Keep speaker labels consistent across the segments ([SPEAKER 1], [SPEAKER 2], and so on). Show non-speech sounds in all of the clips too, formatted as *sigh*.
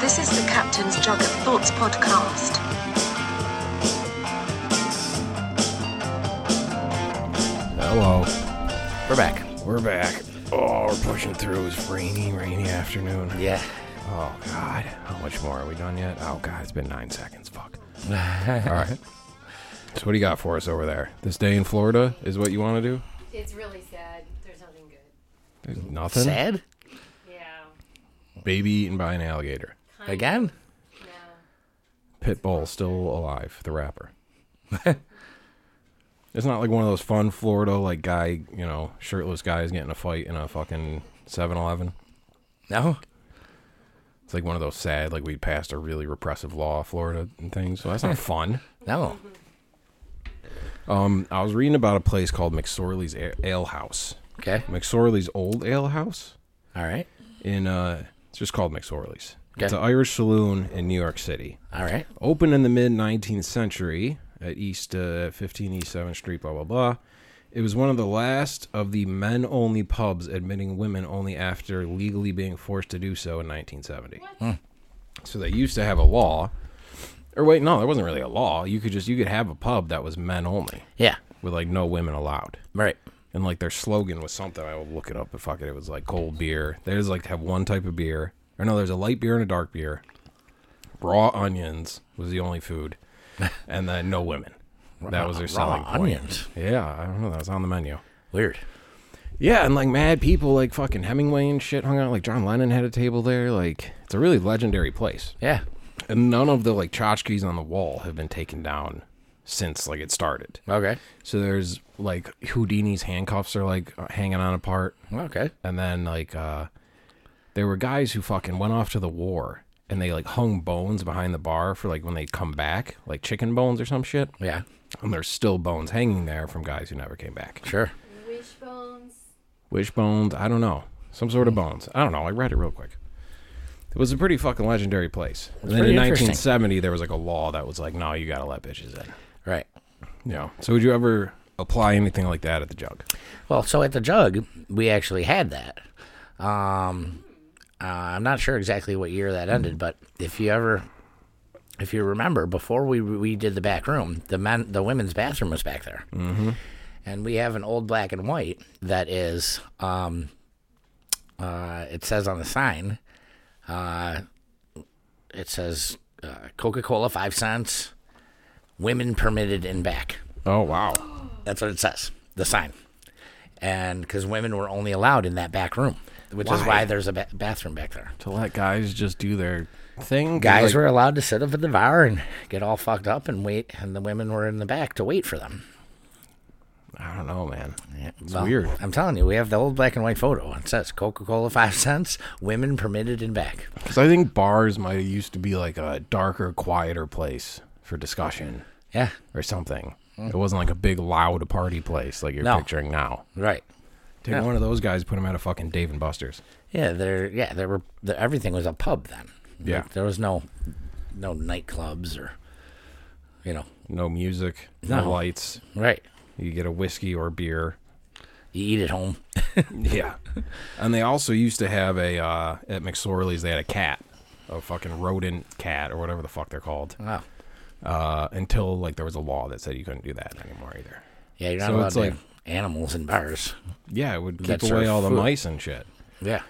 [SPEAKER 1] This is the Captain's Jug of Thoughts podcast.
[SPEAKER 2] Hello.
[SPEAKER 3] We're back.
[SPEAKER 2] We're back. Oh, we're pushing through. It's rainy, rainy afternoon.
[SPEAKER 3] Yeah.
[SPEAKER 2] Oh God. How much more are we done yet? Oh God, it's been nine seconds. Fuck. All right. So what do you got for us over there? This day in Florida is what you want to do?
[SPEAKER 4] It's really sad. There's nothing good.
[SPEAKER 2] There's nothing.
[SPEAKER 3] Sad?
[SPEAKER 4] Yeah.
[SPEAKER 2] Baby eaten by an alligator.
[SPEAKER 3] Again?
[SPEAKER 4] No.
[SPEAKER 2] Pitbull still alive. The rapper. *laughs* it's not like one of those fun Florida like guy, you know, shirtless guys getting a fight in a fucking 7-Eleven.
[SPEAKER 3] No?
[SPEAKER 2] It's like one of those sad, like we passed a really repressive law, Florida and things. So that's not fun.
[SPEAKER 3] No.
[SPEAKER 2] Um, I was reading about a place called McSorley's A- Ale House.
[SPEAKER 3] Okay.
[SPEAKER 2] McSorley's Old Ale House
[SPEAKER 3] All right.
[SPEAKER 2] in uh, it's just called McSorley's.
[SPEAKER 3] Okay.
[SPEAKER 2] It's an Irish saloon in New York City.
[SPEAKER 3] All right.
[SPEAKER 2] Opened in the mid 19th century at East uh, 15 East 7th Street, blah blah blah. It was one of the last of the men-only pubs admitting women only after legally being forced to do so in 1970. So they used to have a law, or wait, no, there wasn't really a law. You could just you could have a pub that was men only
[SPEAKER 3] Yeah.
[SPEAKER 2] with like no women allowed.
[SPEAKER 3] Right.
[SPEAKER 2] And like their slogan was something I will look it up, but fuck it, it was like cold beer. They just like have one type of beer. Or no, there's a light beer and a dark beer. Raw onions was the only food, and then no women. That was their selling
[SPEAKER 3] Raw
[SPEAKER 2] point.
[SPEAKER 3] onions.
[SPEAKER 2] Yeah, I don't know. That was on the menu.
[SPEAKER 3] Weird.
[SPEAKER 2] Yeah, and like mad people, like fucking Hemingway and shit, hung out. Like John Lennon had a table there. Like it's a really legendary place
[SPEAKER 3] Yeah.
[SPEAKER 2] and none of the like tchotchkes on the wall have been taken down since like it started.
[SPEAKER 3] Okay.
[SPEAKER 2] So there's like Houdini's handcuffs are like hanging on a part,
[SPEAKER 3] Okay.
[SPEAKER 2] and then like uh there were guys who fucking went off to the war and they like hung bones behind the bar for like when they come back, like chicken bones or some shit.
[SPEAKER 3] Yeah.
[SPEAKER 2] And there's still bones hanging there from guys who never came back.
[SPEAKER 3] Sure.
[SPEAKER 4] Wishbones.
[SPEAKER 2] Which bones? I don't know. Some sort of bones. I don't know. I read it real quick. It was a pretty fucking legendary place. And then in
[SPEAKER 3] pretty interesting.
[SPEAKER 2] 1970, there was like a law that was like, no, you gotta let bitches in.
[SPEAKER 3] Right.
[SPEAKER 2] Yeah. So would you ever apply anything like that at the jug?
[SPEAKER 3] Well, so at the jug, we actually had that. Um, uh, I'm not sure exactly what year that ended, but if you ever, if you remember, before we we did the back room, the men, the women's bathroom was back there, mm-hmm. and we have an old black and white that is, um, uh, it says on the sign, uh, it says uh, Coca-Cola five cents, women permitted in back.
[SPEAKER 2] Oh wow.
[SPEAKER 3] That's what it says. The sign. And because women were only allowed in that back room, which is
[SPEAKER 2] Why?
[SPEAKER 3] why there's a ba- bathroom back there.
[SPEAKER 2] To let guys just do their thing.
[SPEAKER 3] Guys
[SPEAKER 2] like,
[SPEAKER 3] were allowed to sit up at the bar and get all fucked up and wait, and the women were in the back to wait for them.
[SPEAKER 2] I don't know, man.
[SPEAKER 3] Yeah, It's
[SPEAKER 2] weird.
[SPEAKER 3] I'm telling you, we have the old black and white photo. It says Coca Cola five cents, women permitted in back.
[SPEAKER 2] Because I think bars might have used to be like a darker, quieter place for discussion
[SPEAKER 3] Yeah,
[SPEAKER 2] or something. It wasn't like a big, loud party place like you're
[SPEAKER 3] Hmm. No.
[SPEAKER 2] picturing now.
[SPEAKER 3] right.
[SPEAKER 2] Take one of those guys, put him at a fucking Dave and Buster's.
[SPEAKER 3] Yeah, there. Yeah, there were. The, everything was a pub then.
[SPEAKER 2] Yeah.
[SPEAKER 3] Like, there was no, no nightclubs or, you know,
[SPEAKER 2] No music, no
[SPEAKER 3] No.
[SPEAKER 2] lights.
[SPEAKER 3] right.
[SPEAKER 2] You get a whiskey or beer.
[SPEAKER 3] You eat at home. *laughs*
[SPEAKER 2] Yeah. *laughs* and they also used to have a uh, at McSorley's they had a cat, a fucking rodent cat or whatever the fuck they're called.
[SPEAKER 3] Wow.
[SPEAKER 2] Uh, until like there was a law that said you couldn't do that anymore either.
[SPEAKER 3] Yeah, you're not
[SPEAKER 2] So
[SPEAKER 3] allowed
[SPEAKER 2] it's
[SPEAKER 3] to
[SPEAKER 2] like-
[SPEAKER 3] have animals in bars.
[SPEAKER 2] Yeah, it would keep
[SPEAKER 3] That's
[SPEAKER 2] away
[SPEAKER 3] our
[SPEAKER 2] all the
[SPEAKER 3] food.
[SPEAKER 2] mice and shit.
[SPEAKER 3] Yeah,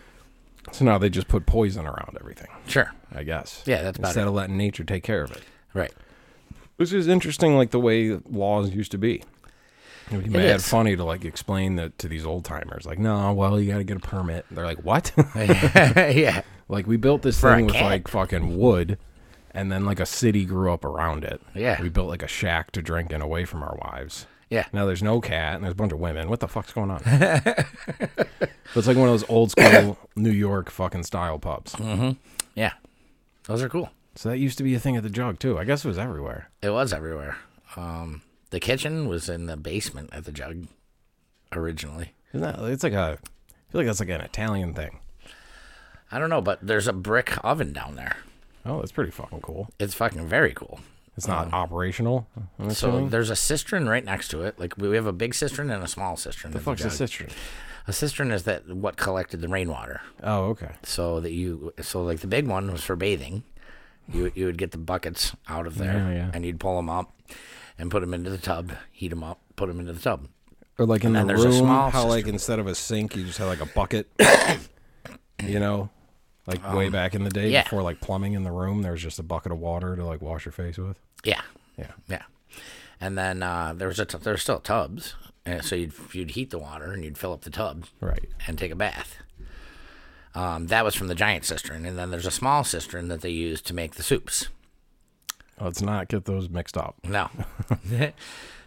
[SPEAKER 2] So now they just put poison around everything,
[SPEAKER 3] sure.
[SPEAKER 2] I guess.
[SPEAKER 3] Yeah, that's about
[SPEAKER 2] instead
[SPEAKER 3] it.
[SPEAKER 2] of letting nature take care of it.
[SPEAKER 3] Right.
[SPEAKER 2] Which is interesting, like the way laws used to be. It would be mad
[SPEAKER 3] is.
[SPEAKER 2] funny to like explain that to these old timers. Like, no, well, you got to get a permit. They're like, what?
[SPEAKER 3] *laughs*
[SPEAKER 2] *laughs*
[SPEAKER 3] yeah.
[SPEAKER 2] Like we built this
[SPEAKER 3] For a
[SPEAKER 2] thing with
[SPEAKER 3] cat.
[SPEAKER 2] like fucking wood, and then like a city grew up around it.
[SPEAKER 3] Yeah.
[SPEAKER 2] we built like a shack to drink in away from our wives.
[SPEAKER 3] Yeah.
[SPEAKER 2] Now there's no cat, and there's a bunch of women. What the fuck's going
[SPEAKER 3] *laughs*
[SPEAKER 2] on? but it's like one of those old
[SPEAKER 3] *coughs*
[SPEAKER 2] school New York fucking style pubs.
[SPEAKER 3] Yeah. Those are cool.
[SPEAKER 2] So that used to be a thing at the jug too. I guess it was everywhere.
[SPEAKER 3] It was everywhere. Um, the kitchen was in the basement at the jug originally.
[SPEAKER 2] Isn't that? It's like a. I feel like that's like an Italian thing.
[SPEAKER 3] I don't know, but there's a brick oven down there.
[SPEAKER 2] Oh, that's pretty fucking cool.
[SPEAKER 3] It's fucking very cool.
[SPEAKER 2] It's not operational. I'm
[SPEAKER 3] So
[SPEAKER 2] assuming.
[SPEAKER 3] there's a cistern right next to it. Like we we have a big cistern and a small cistern. The
[SPEAKER 2] fuck's a cistern?
[SPEAKER 3] A cistern is that what collected the rainwater.
[SPEAKER 2] Oh, okay.
[SPEAKER 3] So that you, so like the big one was for bathing. You you would get the buckets out of there,
[SPEAKER 2] Yeah, yeah.
[SPEAKER 3] and you'd pull them up, and put them into the tub, heat them up, put them into the tub.
[SPEAKER 2] Or like in
[SPEAKER 3] And then
[SPEAKER 2] the
[SPEAKER 3] there's a
[SPEAKER 2] room,
[SPEAKER 3] small
[SPEAKER 2] how like
[SPEAKER 3] cistern.
[SPEAKER 2] instead of a sink, you just had like a bucket. you know, like way back in the day
[SPEAKER 3] Um, yeah.
[SPEAKER 2] before like plumbing in the room, there was just a bucket of water to like wash your face with.
[SPEAKER 3] Yeah,
[SPEAKER 2] Yeah.
[SPEAKER 3] Yeah, and then uh, there was a t- there's still tubs, and so you'd you'd heat the water and you'd fill up the tub
[SPEAKER 2] Right.
[SPEAKER 3] and take a bath. Um, that was from the giant cistern, and then there's a small cistern that they use to make the soups.
[SPEAKER 2] Let's not get those mixed up.
[SPEAKER 3] No, *laughs*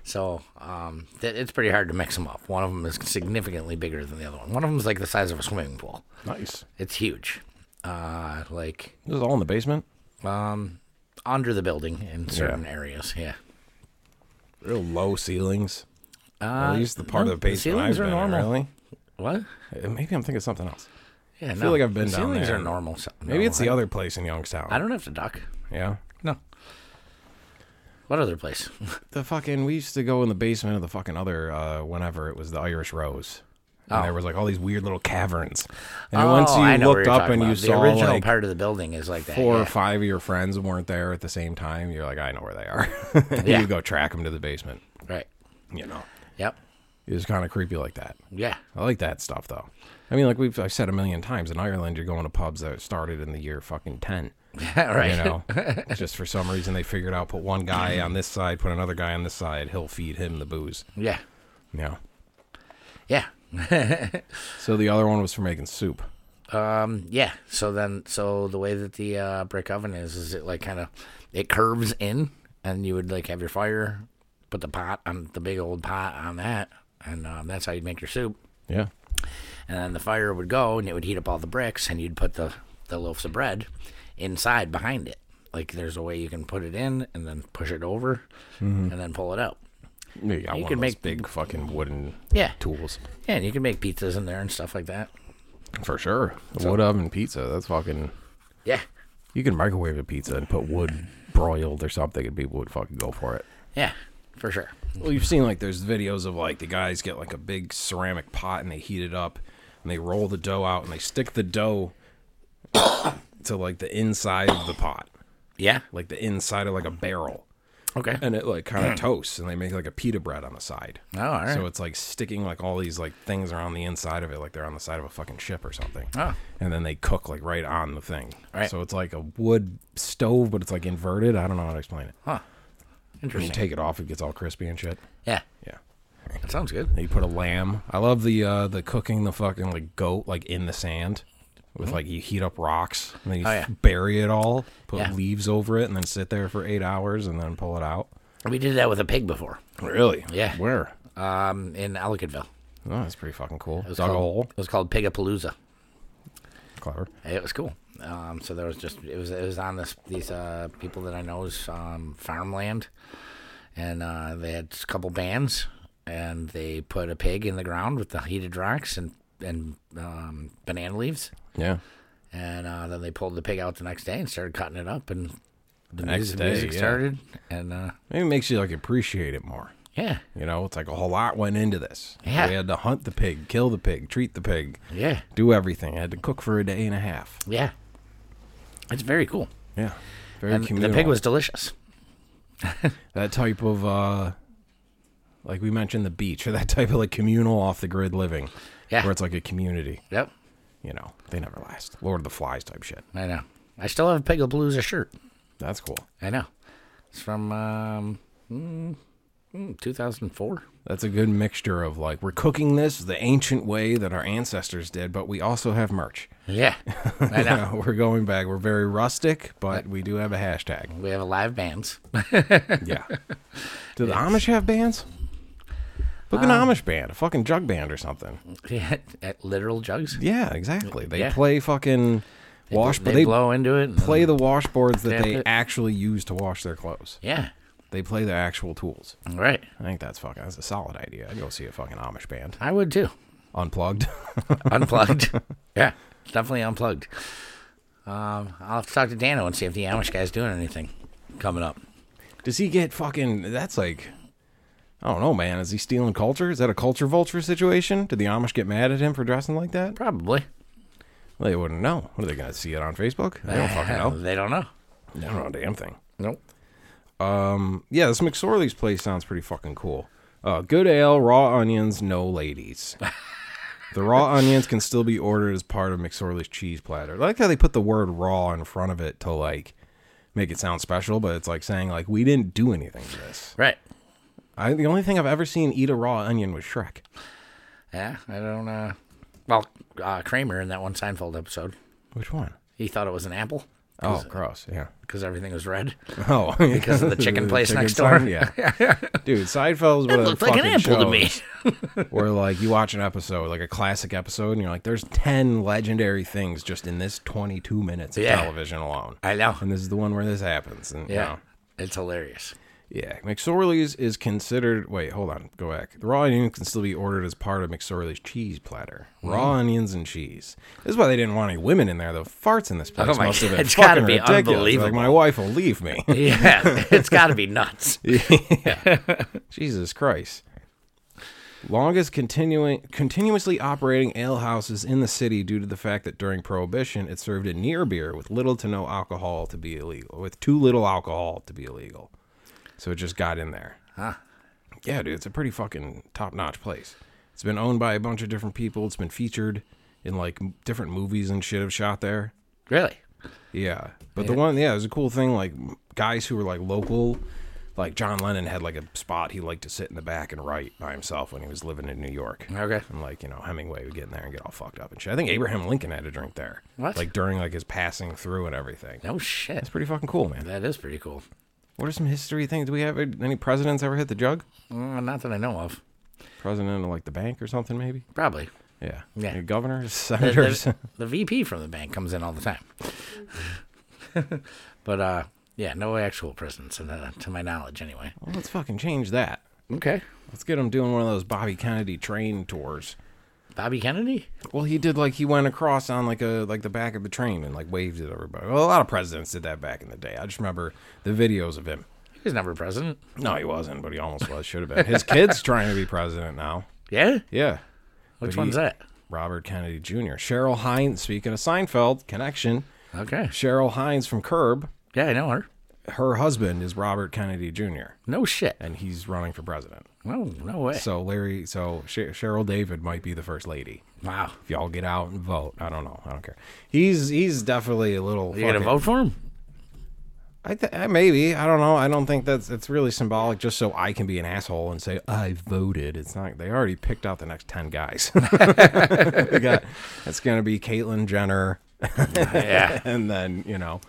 [SPEAKER 3] so um, th- it's pretty hard to mix them up. One of them is significantly bigger than the other one. One of them is like the size of a swimming pool.
[SPEAKER 2] Nice.
[SPEAKER 3] It's huge, uh, like
[SPEAKER 2] This is all in the basement.
[SPEAKER 3] um, under the building in certain areas. Yeah.
[SPEAKER 2] Real low ceilings.
[SPEAKER 3] Uh,
[SPEAKER 2] At least the part
[SPEAKER 3] no,
[SPEAKER 2] of the basement I've
[SPEAKER 3] ceilings are
[SPEAKER 2] been in,
[SPEAKER 3] normal.
[SPEAKER 2] really.
[SPEAKER 3] What?
[SPEAKER 2] Uh, Maybe I'm thinking something else.
[SPEAKER 3] Yeah, I
[SPEAKER 2] feel like I've been down
[SPEAKER 3] ceilings
[SPEAKER 2] there.
[SPEAKER 3] are normal. so-
[SPEAKER 2] Maybe
[SPEAKER 3] no,
[SPEAKER 2] it's the other place in Youngstown.
[SPEAKER 3] I don't have to duck.
[SPEAKER 2] Yeah.
[SPEAKER 3] No. What
[SPEAKER 2] *laughs*
[SPEAKER 3] other place?
[SPEAKER 2] The fucking we used to go in the basement of the fucking other uh whenever it was the Irish Rose. And
[SPEAKER 3] Oh.
[SPEAKER 2] there was like all these weird little caverns. And
[SPEAKER 3] oh,
[SPEAKER 2] once you
[SPEAKER 3] I know what
[SPEAKER 2] looked
[SPEAKER 3] you're
[SPEAKER 2] up and
[SPEAKER 3] talking
[SPEAKER 2] you
[SPEAKER 3] about. the
[SPEAKER 2] saw
[SPEAKER 3] original
[SPEAKER 2] like
[SPEAKER 3] part of the building is like that.
[SPEAKER 2] four
[SPEAKER 3] yeah.
[SPEAKER 2] or five of your friends weren't there at the same time, you're like, I know where they are. *laughs* And
[SPEAKER 3] Yeah.
[SPEAKER 2] You go track them to the basement.
[SPEAKER 3] Right.
[SPEAKER 2] You know,
[SPEAKER 3] Yep.
[SPEAKER 2] it was kind of creepy like that.
[SPEAKER 3] Yeah. *laughs*
[SPEAKER 2] I like that stuff though. I mean, like we've I've said a million times in Ireland, you're going to pubs that started in the year fucking ten.
[SPEAKER 3] right.
[SPEAKER 2] You *laughs* know, just for some reason they figured out put one guy on this side, put another guy on this side. He'll feed him the booze.
[SPEAKER 3] *laughs* Yeah.
[SPEAKER 2] Yeah.
[SPEAKER 3] Yeah.
[SPEAKER 2] So the other one was for making soup.
[SPEAKER 3] Um, yeah. So then, so the way that the uh, brick oven is, is it like kind of, it curves in, and you would like have your fire, put the pot on the big old pot on that, and um, that's how you'd make your soup.
[SPEAKER 2] Yeah.
[SPEAKER 3] and then the fire would go and it would heat up all the bricks and you'd put the, the loaves of bread inside behind it like there's a way you can put it in and then push it over
[SPEAKER 2] Mm-hmm.
[SPEAKER 3] and then pull it out
[SPEAKER 2] You got
[SPEAKER 3] You
[SPEAKER 2] one
[SPEAKER 3] could
[SPEAKER 2] of those
[SPEAKER 3] make-
[SPEAKER 2] big fucking wooden
[SPEAKER 3] yeah
[SPEAKER 2] tools.
[SPEAKER 3] yeah and you can make pizzas in there and stuff like that
[SPEAKER 2] For sure. A wood oven pizza. That's fucking.
[SPEAKER 3] yeah
[SPEAKER 2] You can microwave a pizza and put wood broiled or something, and people would fucking go for it.
[SPEAKER 3] yeah for sure
[SPEAKER 2] Well, you've seen like there's videos of like the guys get like a big ceramic pot and they heat it up and they roll the dough out and they stick the dough *coughs* to like the inside of the pot,
[SPEAKER 3] yeah
[SPEAKER 2] like the inside of like a barrel.
[SPEAKER 3] okay
[SPEAKER 2] and it like kind of toasts and they make like a pita bread on the side.
[SPEAKER 3] Oh, all right.
[SPEAKER 2] So it's like sticking like all these like things around the inside of it, like they're on the side of a fucking ship or something.
[SPEAKER 3] Oh.
[SPEAKER 2] And then they cook like right on the thing.
[SPEAKER 3] Right.
[SPEAKER 2] So it's like a wood stove, but it's like inverted. I don't know how to explain it. When you
[SPEAKER 3] interesting
[SPEAKER 2] take it off, it gets all crispy and shit.
[SPEAKER 3] yeah
[SPEAKER 2] Yeah.
[SPEAKER 3] that sounds good
[SPEAKER 2] And you put a lamb. I love the uh the cooking the fucking like goat like in the sand. With like you heat up rocks and then you
[SPEAKER 3] Oh, yeah.
[SPEAKER 2] bury it all, put
[SPEAKER 3] Yeah.
[SPEAKER 2] leaves over it, and then sit there for eight hours and then pull it out.
[SPEAKER 3] we did that with a pig before
[SPEAKER 2] Really?
[SPEAKER 3] Yeah.
[SPEAKER 2] Where?
[SPEAKER 3] um in Ellicottville
[SPEAKER 2] Oh, that's pretty fucking cool.
[SPEAKER 3] it was
[SPEAKER 2] Dug a
[SPEAKER 3] called
[SPEAKER 2] hole.
[SPEAKER 3] it was called Pigapalooza
[SPEAKER 2] Clever.
[SPEAKER 3] It was cool. Um, so there was just it was it was on this these uh, people that I know's um, farmland, and uh, they had a couple bands, and they put a pig in the ground with the heated rocks and and um, banana leaves,
[SPEAKER 2] Yeah.
[SPEAKER 3] and uh, then they pulled the pig out the next day and started cutting it up, and the
[SPEAKER 2] next
[SPEAKER 3] music,
[SPEAKER 2] day,
[SPEAKER 3] music
[SPEAKER 2] yeah.
[SPEAKER 3] started, and uh,
[SPEAKER 2] Maybe it makes you like appreciate it more.
[SPEAKER 3] yeah,
[SPEAKER 2] You know, it's like a whole lot went into this.
[SPEAKER 3] Yeah.
[SPEAKER 2] We had to hunt the pig, kill the pig, treat the pig,
[SPEAKER 3] yeah,
[SPEAKER 2] do everything. I had to cook for a day and a half.
[SPEAKER 3] yeah. It's very cool.
[SPEAKER 2] Yeah. Very
[SPEAKER 3] And the
[SPEAKER 2] communal.
[SPEAKER 3] pig was delicious.
[SPEAKER 2] that type of uh like we mentioned the beach *laughs* or that type of like communal off the grid living.
[SPEAKER 3] Yeah.
[SPEAKER 2] Where it's like a community.
[SPEAKER 3] Yep,
[SPEAKER 2] You know, they never last. Lord of the Flies type shit.
[SPEAKER 3] I know. I still have a Pigapalooza shirt.
[SPEAKER 2] That's cool.
[SPEAKER 3] I know. It's from um, mm, mm, 2004.
[SPEAKER 2] That's a good mixture of like we're cooking this the ancient way that our ancestors did, but we also have merch.
[SPEAKER 3] Yeah,
[SPEAKER 2] *laughs*
[SPEAKER 3] I know.
[SPEAKER 2] Yeah, we're going back. We're very rustic, but we do have a
[SPEAKER 3] *laughs*
[SPEAKER 2] hashtag.
[SPEAKER 3] We have a live bands. *laughs*
[SPEAKER 2] Yeah. Do the Amish have bands? Look an
[SPEAKER 3] Um,
[SPEAKER 2] Amish band, a fucking jug band or something.
[SPEAKER 3] at, at literal jugs.
[SPEAKER 2] Yeah, exactly. They
[SPEAKER 3] Yeah.
[SPEAKER 2] play fucking wash,
[SPEAKER 3] They,
[SPEAKER 2] but they
[SPEAKER 3] blow into it. and-
[SPEAKER 2] play the washboards that
[SPEAKER 3] Tap
[SPEAKER 2] they
[SPEAKER 3] it.
[SPEAKER 2] actually use to wash their clothes.
[SPEAKER 3] Yeah.
[SPEAKER 2] They play their actual tools.
[SPEAKER 3] Right.
[SPEAKER 2] I think that's fucking. That's a solid idea. I'd go see a fucking Amish band,
[SPEAKER 3] I would too.
[SPEAKER 2] unplugged. *laughs*
[SPEAKER 3] Unplugged. yeah. Definitely unplugged. Um, I'll have to talk to Dano and see if the Amish guy's doing anything coming up.
[SPEAKER 2] Does he get fucking? That's like I don't know, man. Is he stealing culture? Is that a culture vulture situation? Did the Amish get mad at him for dressing like that?
[SPEAKER 3] Probably.
[SPEAKER 2] Well, they wouldn't know. What are they going to see it on Facebook? They don't fucking know.
[SPEAKER 3] they don't know.
[SPEAKER 2] They don't know a damn thing.
[SPEAKER 3] Nope.
[SPEAKER 2] Yeah, this McSorley's place sounds pretty fucking cool. Uh, good ale, raw onions, no ladies. the raw onions can still be ordered as part of McSorley's cheese platter. I like how they put the word raw in front of it to like make it sound special, but it's like saying like we didn't do anything to this.
[SPEAKER 3] Right.
[SPEAKER 2] I, the only thing I've ever seen eat a raw onion was Shrek.
[SPEAKER 3] Yeah, I don't. uh Well, uh, Kramer in that one Seinfeld episode,
[SPEAKER 2] Which one?
[SPEAKER 3] he thought it was an apple
[SPEAKER 2] Oh, gross. Yeah. *laughs*
[SPEAKER 3] because everything was red.
[SPEAKER 2] Oh,
[SPEAKER 3] Because of the chicken place next
[SPEAKER 2] sign?
[SPEAKER 3] door. *laughs*
[SPEAKER 2] Yeah. Dude, Seinfeld's
[SPEAKER 3] It
[SPEAKER 2] one of the
[SPEAKER 3] looked like an
[SPEAKER 2] fucking
[SPEAKER 3] apple to
[SPEAKER 2] shows.
[SPEAKER 3] me.
[SPEAKER 2] *laughs* Where like you watch an episode, like a classic episode, and you're like, "There's ten legendary things just in this 22 minutes of
[SPEAKER 3] Yeah.
[SPEAKER 2] television alone."
[SPEAKER 3] I know.
[SPEAKER 2] And this is the one where this happens. And,
[SPEAKER 3] Yeah,
[SPEAKER 2] yeah,
[SPEAKER 3] it's hilarious.
[SPEAKER 2] yeah. McSorley's is considered. Wait, hold on, go back. The raw onion can still be ordered as part of McSorley's cheese platter. Raw
[SPEAKER 3] Hmm.
[SPEAKER 2] onions and cheese. This is why they didn't want any women in there. The farts in this place
[SPEAKER 3] Oh my
[SPEAKER 2] must have
[SPEAKER 3] God,
[SPEAKER 2] been
[SPEAKER 3] it's gotta
[SPEAKER 2] fucking
[SPEAKER 3] be
[SPEAKER 2] ridiculous. Like
[SPEAKER 3] unbelievable.
[SPEAKER 2] my wife will leave
[SPEAKER 3] *laughs*
[SPEAKER 2] me.
[SPEAKER 3] Yeah, it's got to be nuts.
[SPEAKER 2] *laughs* Jesus Christ. Longest continuing continuously operating ale houses in the city due to the fact that during Prohibition it served a near beer with little to no alcohol to be illegal. With too little alcohol to be illegal. So it just got in there. Huh. Yeah, dude, it's a pretty fucking top notch place. It's been owned by a bunch of different people. It's been featured in like m- different movies and shit have shot there.
[SPEAKER 3] Really?
[SPEAKER 2] Yeah. But the one, yeah, it was a cool thing. Like guys who were like local, like John Lennon had like a spot he liked to sit in the back and write by himself when he was living in New York.
[SPEAKER 3] Okay.
[SPEAKER 2] And like, you know, Hemingway would get in there and get all fucked up and shit. I think Abraham Lincoln had a drink there.
[SPEAKER 3] What?
[SPEAKER 2] Like during like his passing through and everything.
[SPEAKER 3] No shit.
[SPEAKER 2] It's pretty fucking cool, man.
[SPEAKER 3] That is pretty cool.
[SPEAKER 2] What are some history things? Do we have any presidents ever hit the jug?
[SPEAKER 3] Mm, not that I know of.
[SPEAKER 2] President of like the bank or something, maybe?
[SPEAKER 3] Probably.
[SPEAKER 2] Yeah.
[SPEAKER 3] Yeah.
[SPEAKER 2] Any governors,
[SPEAKER 3] The,
[SPEAKER 2] senators. *laughs*
[SPEAKER 3] the, the VP from the bank comes in all the time. *laughs* but uh, yeah, no actual prisons, uh, to my knowledge, anyway.
[SPEAKER 2] well, let's fucking change that.
[SPEAKER 3] Okay.
[SPEAKER 2] Let's get him doing one of those Bobby Kennedy train tours.
[SPEAKER 3] Bobby Kennedy?
[SPEAKER 2] Well, he did like he went across on like a like the back of the train and like waved at everybody. Well, a lot of presidents did that back in the day. I just remember the videos of him.
[SPEAKER 3] He was never president.
[SPEAKER 2] No, he wasn't, but he almost was. Should have been. His kid's trying to be president now.
[SPEAKER 3] Yeah?
[SPEAKER 2] Yeah,
[SPEAKER 3] Which
[SPEAKER 2] he-
[SPEAKER 3] one's that?
[SPEAKER 2] Robert Kennedy Jr. Cheryl Hines. Speaking of Seinfeld connection,
[SPEAKER 3] Okay.
[SPEAKER 2] Cheryl Hines from Curb.
[SPEAKER 3] Yeah, I know her.
[SPEAKER 2] Her husband is Robert Kennedy Jr.
[SPEAKER 3] No shit.
[SPEAKER 2] and he's running for president.
[SPEAKER 3] No, no way.
[SPEAKER 2] So Larry, so Sh- Cheryl David might be the first lady.
[SPEAKER 3] wow.
[SPEAKER 2] If y'all get out and vote, I don't know. I don't care. He's he's definitely a little.
[SPEAKER 3] You gonna
[SPEAKER 2] fucking-
[SPEAKER 3] vote for him?
[SPEAKER 2] I th- uh, maybe I don't know. I don't think that's it's really symbolic, just so I can be an asshole and say I voted. It's not. They already picked out the next ten guys. *laughs* we got it's gonna be Caitlyn Jenner, *laughs*
[SPEAKER 3] yeah.
[SPEAKER 2] and then you know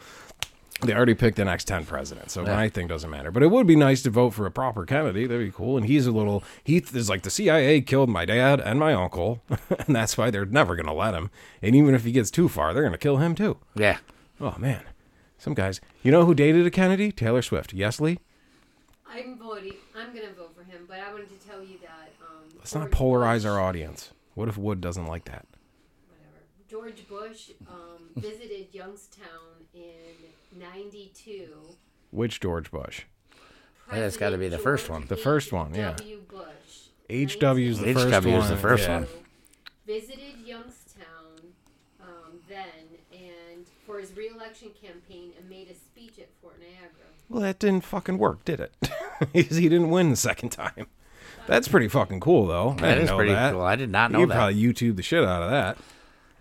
[SPEAKER 2] they already picked the next ten presidents. So my thing doesn't matter. But it would be nice to vote for a proper Kennedy. That'd be cool. And he's a little. He th- is like the CIA killed my dad and my uncle, *laughs* and that's why they're never gonna let him. And even if he gets too far, they're gonna kill him too.
[SPEAKER 3] Yeah.
[SPEAKER 2] Oh man, some guys. You know who dated a Kennedy? Taylor Swift. Yes, Lee.
[SPEAKER 4] I'm voting. I'm gonna vote for him, but I wanted to tell you that. Um,
[SPEAKER 2] Let's not
[SPEAKER 4] George
[SPEAKER 2] polarize our
[SPEAKER 4] Bush-
[SPEAKER 2] audience. What if Wood doesn't like that?
[SPEAKER 4] Whatever. George Bush
[SPEAKER 2] *laughs*
[SPEAKER 4] um, visited Youngstown in '92.
[SPEAKER 2] Which George Bush?
[SPEAKER 3] Yeah, it's gotta be the first one.
[SPEAKER 2] The first one, yeah.
[SPEAKER 4] W. Bush.
[SPEAKER 2] HW is the first
[SPEAKER 3] HW
[SPEAKER 2] one.
[SPEAKER 3] is the first
[SPEAKER 2] yeah.
[SPEAKER 3] one.
[SPEAKER 4] visited Youngstown um, then and for his reelection campaign and made a speech at Fort Niagara.
[SPEAKER 2] Well, that didn't fucking work, did it? *laughs* 'Cause he didn't win the second time. That's pretty fucking cool, though. I
[SPEAKER 3] That
[SPEAKER 2] didn't
[SPEAKER 3] is
[SPEAKER 2] know
[SPEAKER 3] pretty
[SPEAKER 2] that.
[SPEAKER 3] cool. I did not know
[SPEAKER 2] you could
[SPEAKER 3] that.
[SPEAKER 2] probably YouTube the shit out of that.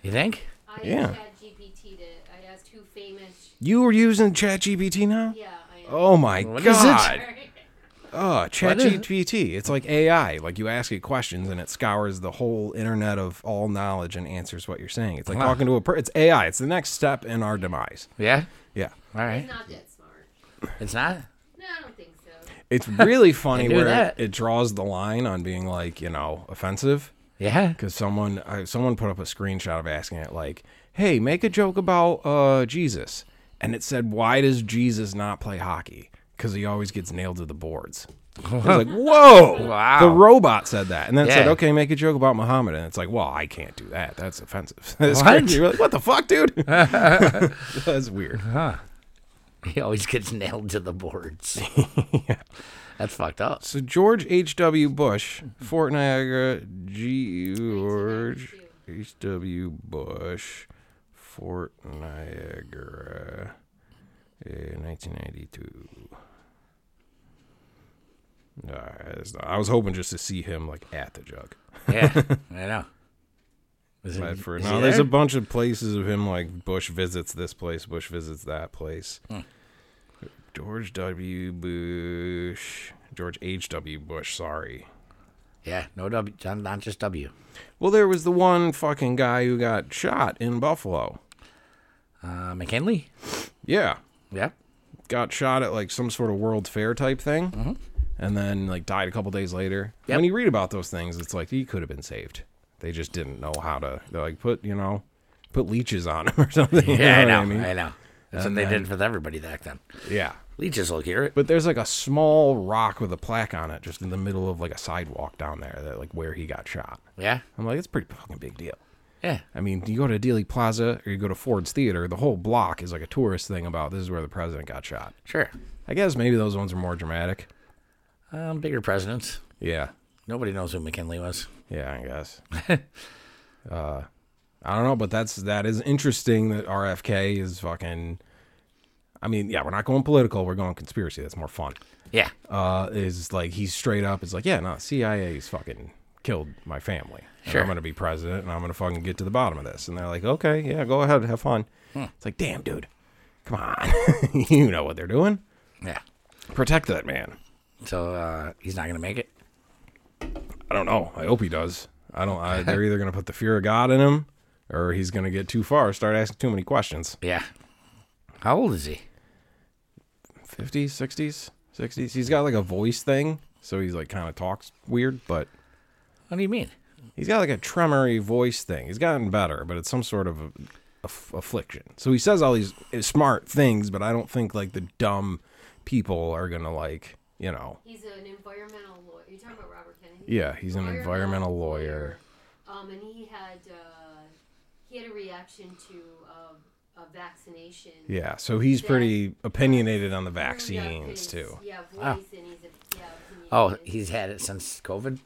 [SPEAKER 3] You think?
[SPEAKER 4] I
[SPEAKER 2] Yeah.
[SPEAKER 4] had GPT to I asked who famous.
[SPEAKER 2] You were using ChatGPT now?
[SPEAKER 4] Yeah, I know.
[SPEAKER 2] Oh my
[SPEAKER 3] What is it?
[SPEAKER 2] god! Oh,
[SPEAKER 3] *laughs* What is-
[SPEAKER 2] ChatGPT. It's like AI. Like you ask it questions and it scours the whole internet of all knowledge and answers what you're saying. It's like
[SPEAKER 3] Wow.
[SPEAKER 2] talking to a per- it's AI. It's the next step in our demise.
[SPEAKER 3] Yeah.
[SPEAKER 2] Yeah.
[SPEAKER 3] All
[SPEAKER 4] He's
[SPEAKER 3] right.
[SPEAKER 4] not that smart.
[SPEAKER 3] It's not.
[SPEAKER 4] No, I don't think so.
[SPEAKER 3] *laughs*
[SPEAKER 2] It's really funny
[SPEAKER 3] do
[SPEAKER 2] where it,
[SPEAKER 3] that.
[SPEAKER 2] it draws the line on being like, you know, offensive.
[SPEAKER 3] Yeah.
[SPEAKER 2] Because someone, I, someone put up a screenshot of asking it, like, "Hey, make a joke about uh, Jesus," and it said, "Why does Jesus not play hockey? Because he always gets nailed to the boards." I was
[SPEAKER 3] *laughs*
[SPEAKER 2] like, "Whoa!"
[SPEAKER 3] Wow.
[SPEAKER 2] The robot said that, and then it said,
[SPEAKER 3] Yeah.
[SPEAKER 2] "Okay, make a joke about Muhammad," and it's like, "Well, I can't do that. That's offensive." *laughs* That's
[SPEAKER 3] What?
[SPEAKER 2] crazy. You're like, "What the fuck,
[SPEAKER 3] *laughs*
[SPEAKER 2] dude?" *laughs* That's weird. *laughs*
[SPEAKER 3] He always gets nailed to the boards. That's fucked up.
[SPEAKER 2] So George H.W. Bush, Fort Niagara, George H.W. Bush, Fort Niagara, eh, 1992. Nah, that's not- I was hoping just to see him like at the jug.
[SPEAKER 3] Yeah, I know. Is it-
[SPEAKER 2] But for
[SPEAKER 3] is he
[SPEAKER 2] now, there's a
[SPEAKER 3] there?
[SPEAKER 2] bunch of places of him like Bush visits this place, Bush visits that place. George W. Bush, George H.W. Bush, sorry.
[SPEAKER 3] yeah, no W, not not just W.
[SPEAKER 2] Well, there was the one fucking guy who got shot in Buffalo.
[SPEAKER 3] Uh, McKinley.
[SPEAKER 2] Yeah.
[SPEAKER 3] Yep.
[SPEAKER 2] Got shot at like some sort of World Fair type thing. And then like died a couple days later.
[SPEAKER 3] Mm-hmm. Yep.
[SPEAKER 2] When you read about those things, it's like he could have been saved. They just didn't know how to. They like put, you know, put leeches on him *laughs* or something. *laughs* You
[SPEAKER 3] Yeah,
[SPEAKER 2] know
[SPEAKER 3] I
[SPEAKER 2] what
[SPEAKER 3] know.
[SPEAKER 2] I mean?
[SPEAKER 3] I know. That's what they did with everybody back then.
[SPEAKER 2] Yeah.
[SPEAKER 3] Leeches will hear it.
[SPEAKER 2] But there's like a small rock with a plaque on it just in the middle of like a sidewalk down there that like where he got shot.
[SPEAKER 3] Yeah.
[SPEAKER 2] I'm like, it's a pretty fucking big deal.
[SPEAKER 3] Yeah.
[SPEAKER 2] I mean, you go to Dealey Plaza or you go to Ford's Theater, the whole block is like a tourist thing about this is where the president got shot.
[SPEAKER 3] Sure.
[SPEAKER 2] I guess maybe those ones are more dramatic.
[SPEAKER 3] Um, bigger presidents.
[SPEAKER 2] Yeah.
[SPEAKER 3] Nobody knows who McKinley was.
[SPEAKER 2] Yeah, I guess. uh, I don't know, but that's that is interesting that RFK is fucking I mean, yeah, we're not going political, we're going conspiracy. That's more fun.
[SPEAKER 3] Yeah.
[SPEAKER 2] Uh is like he's straight up is like, yeah, no, CIA's fucking killed my family. and
[SPEAKER 3] Sure.
[SPEAKER 2] I'm gonna be president and I'm gonna fucking get to the bottom of this. And they're like, Okay, yeah, go ahead, have fun. It's like, damn dude, come on. *laughs* you know what they're doing.
[SPEAKER 3] Yeah.
[SPEAKER 2] Protect that man.
[SPEAKER 3] So uh, he's not gonna make it.
[SPEAKER 2] I don't know. I hope he does. I don't. I, they're either going to put the fear of God in him, or he's going to get too far, start asking too many questions.
[SPEAKER 3] Yeah. How old is he?
[SPEAKER 2] 50s, 60s, 60s. He's got like a voice thing, so he's like kind of talks weird, but
[SPEAKER 3] What do you mean?
[SPEAKER 2] he's got like a tremory voice thing. He's gotten better, but it's some sort of aff- affliction. So he says all these eh, smart things, but I don't think like the dumb people are going to like, you know.
[SPEAKER 4] He's an environmental lawyer. You're talking about Robert Kennedy?
[SPEAKER 2] Yeah, he's an environmental lawyer.
[SPEAKER 4] Um, and he had uh, he had a reaction to uh, a vaccination.
[SPEAKER 2] Yeah, so he's pretty opinionated on the vaccines too.
[SPEAKER 4] Yeah, voice and he's a, yeah, opinion.
[SPEAKER 3] Oh, he's had it since COVID.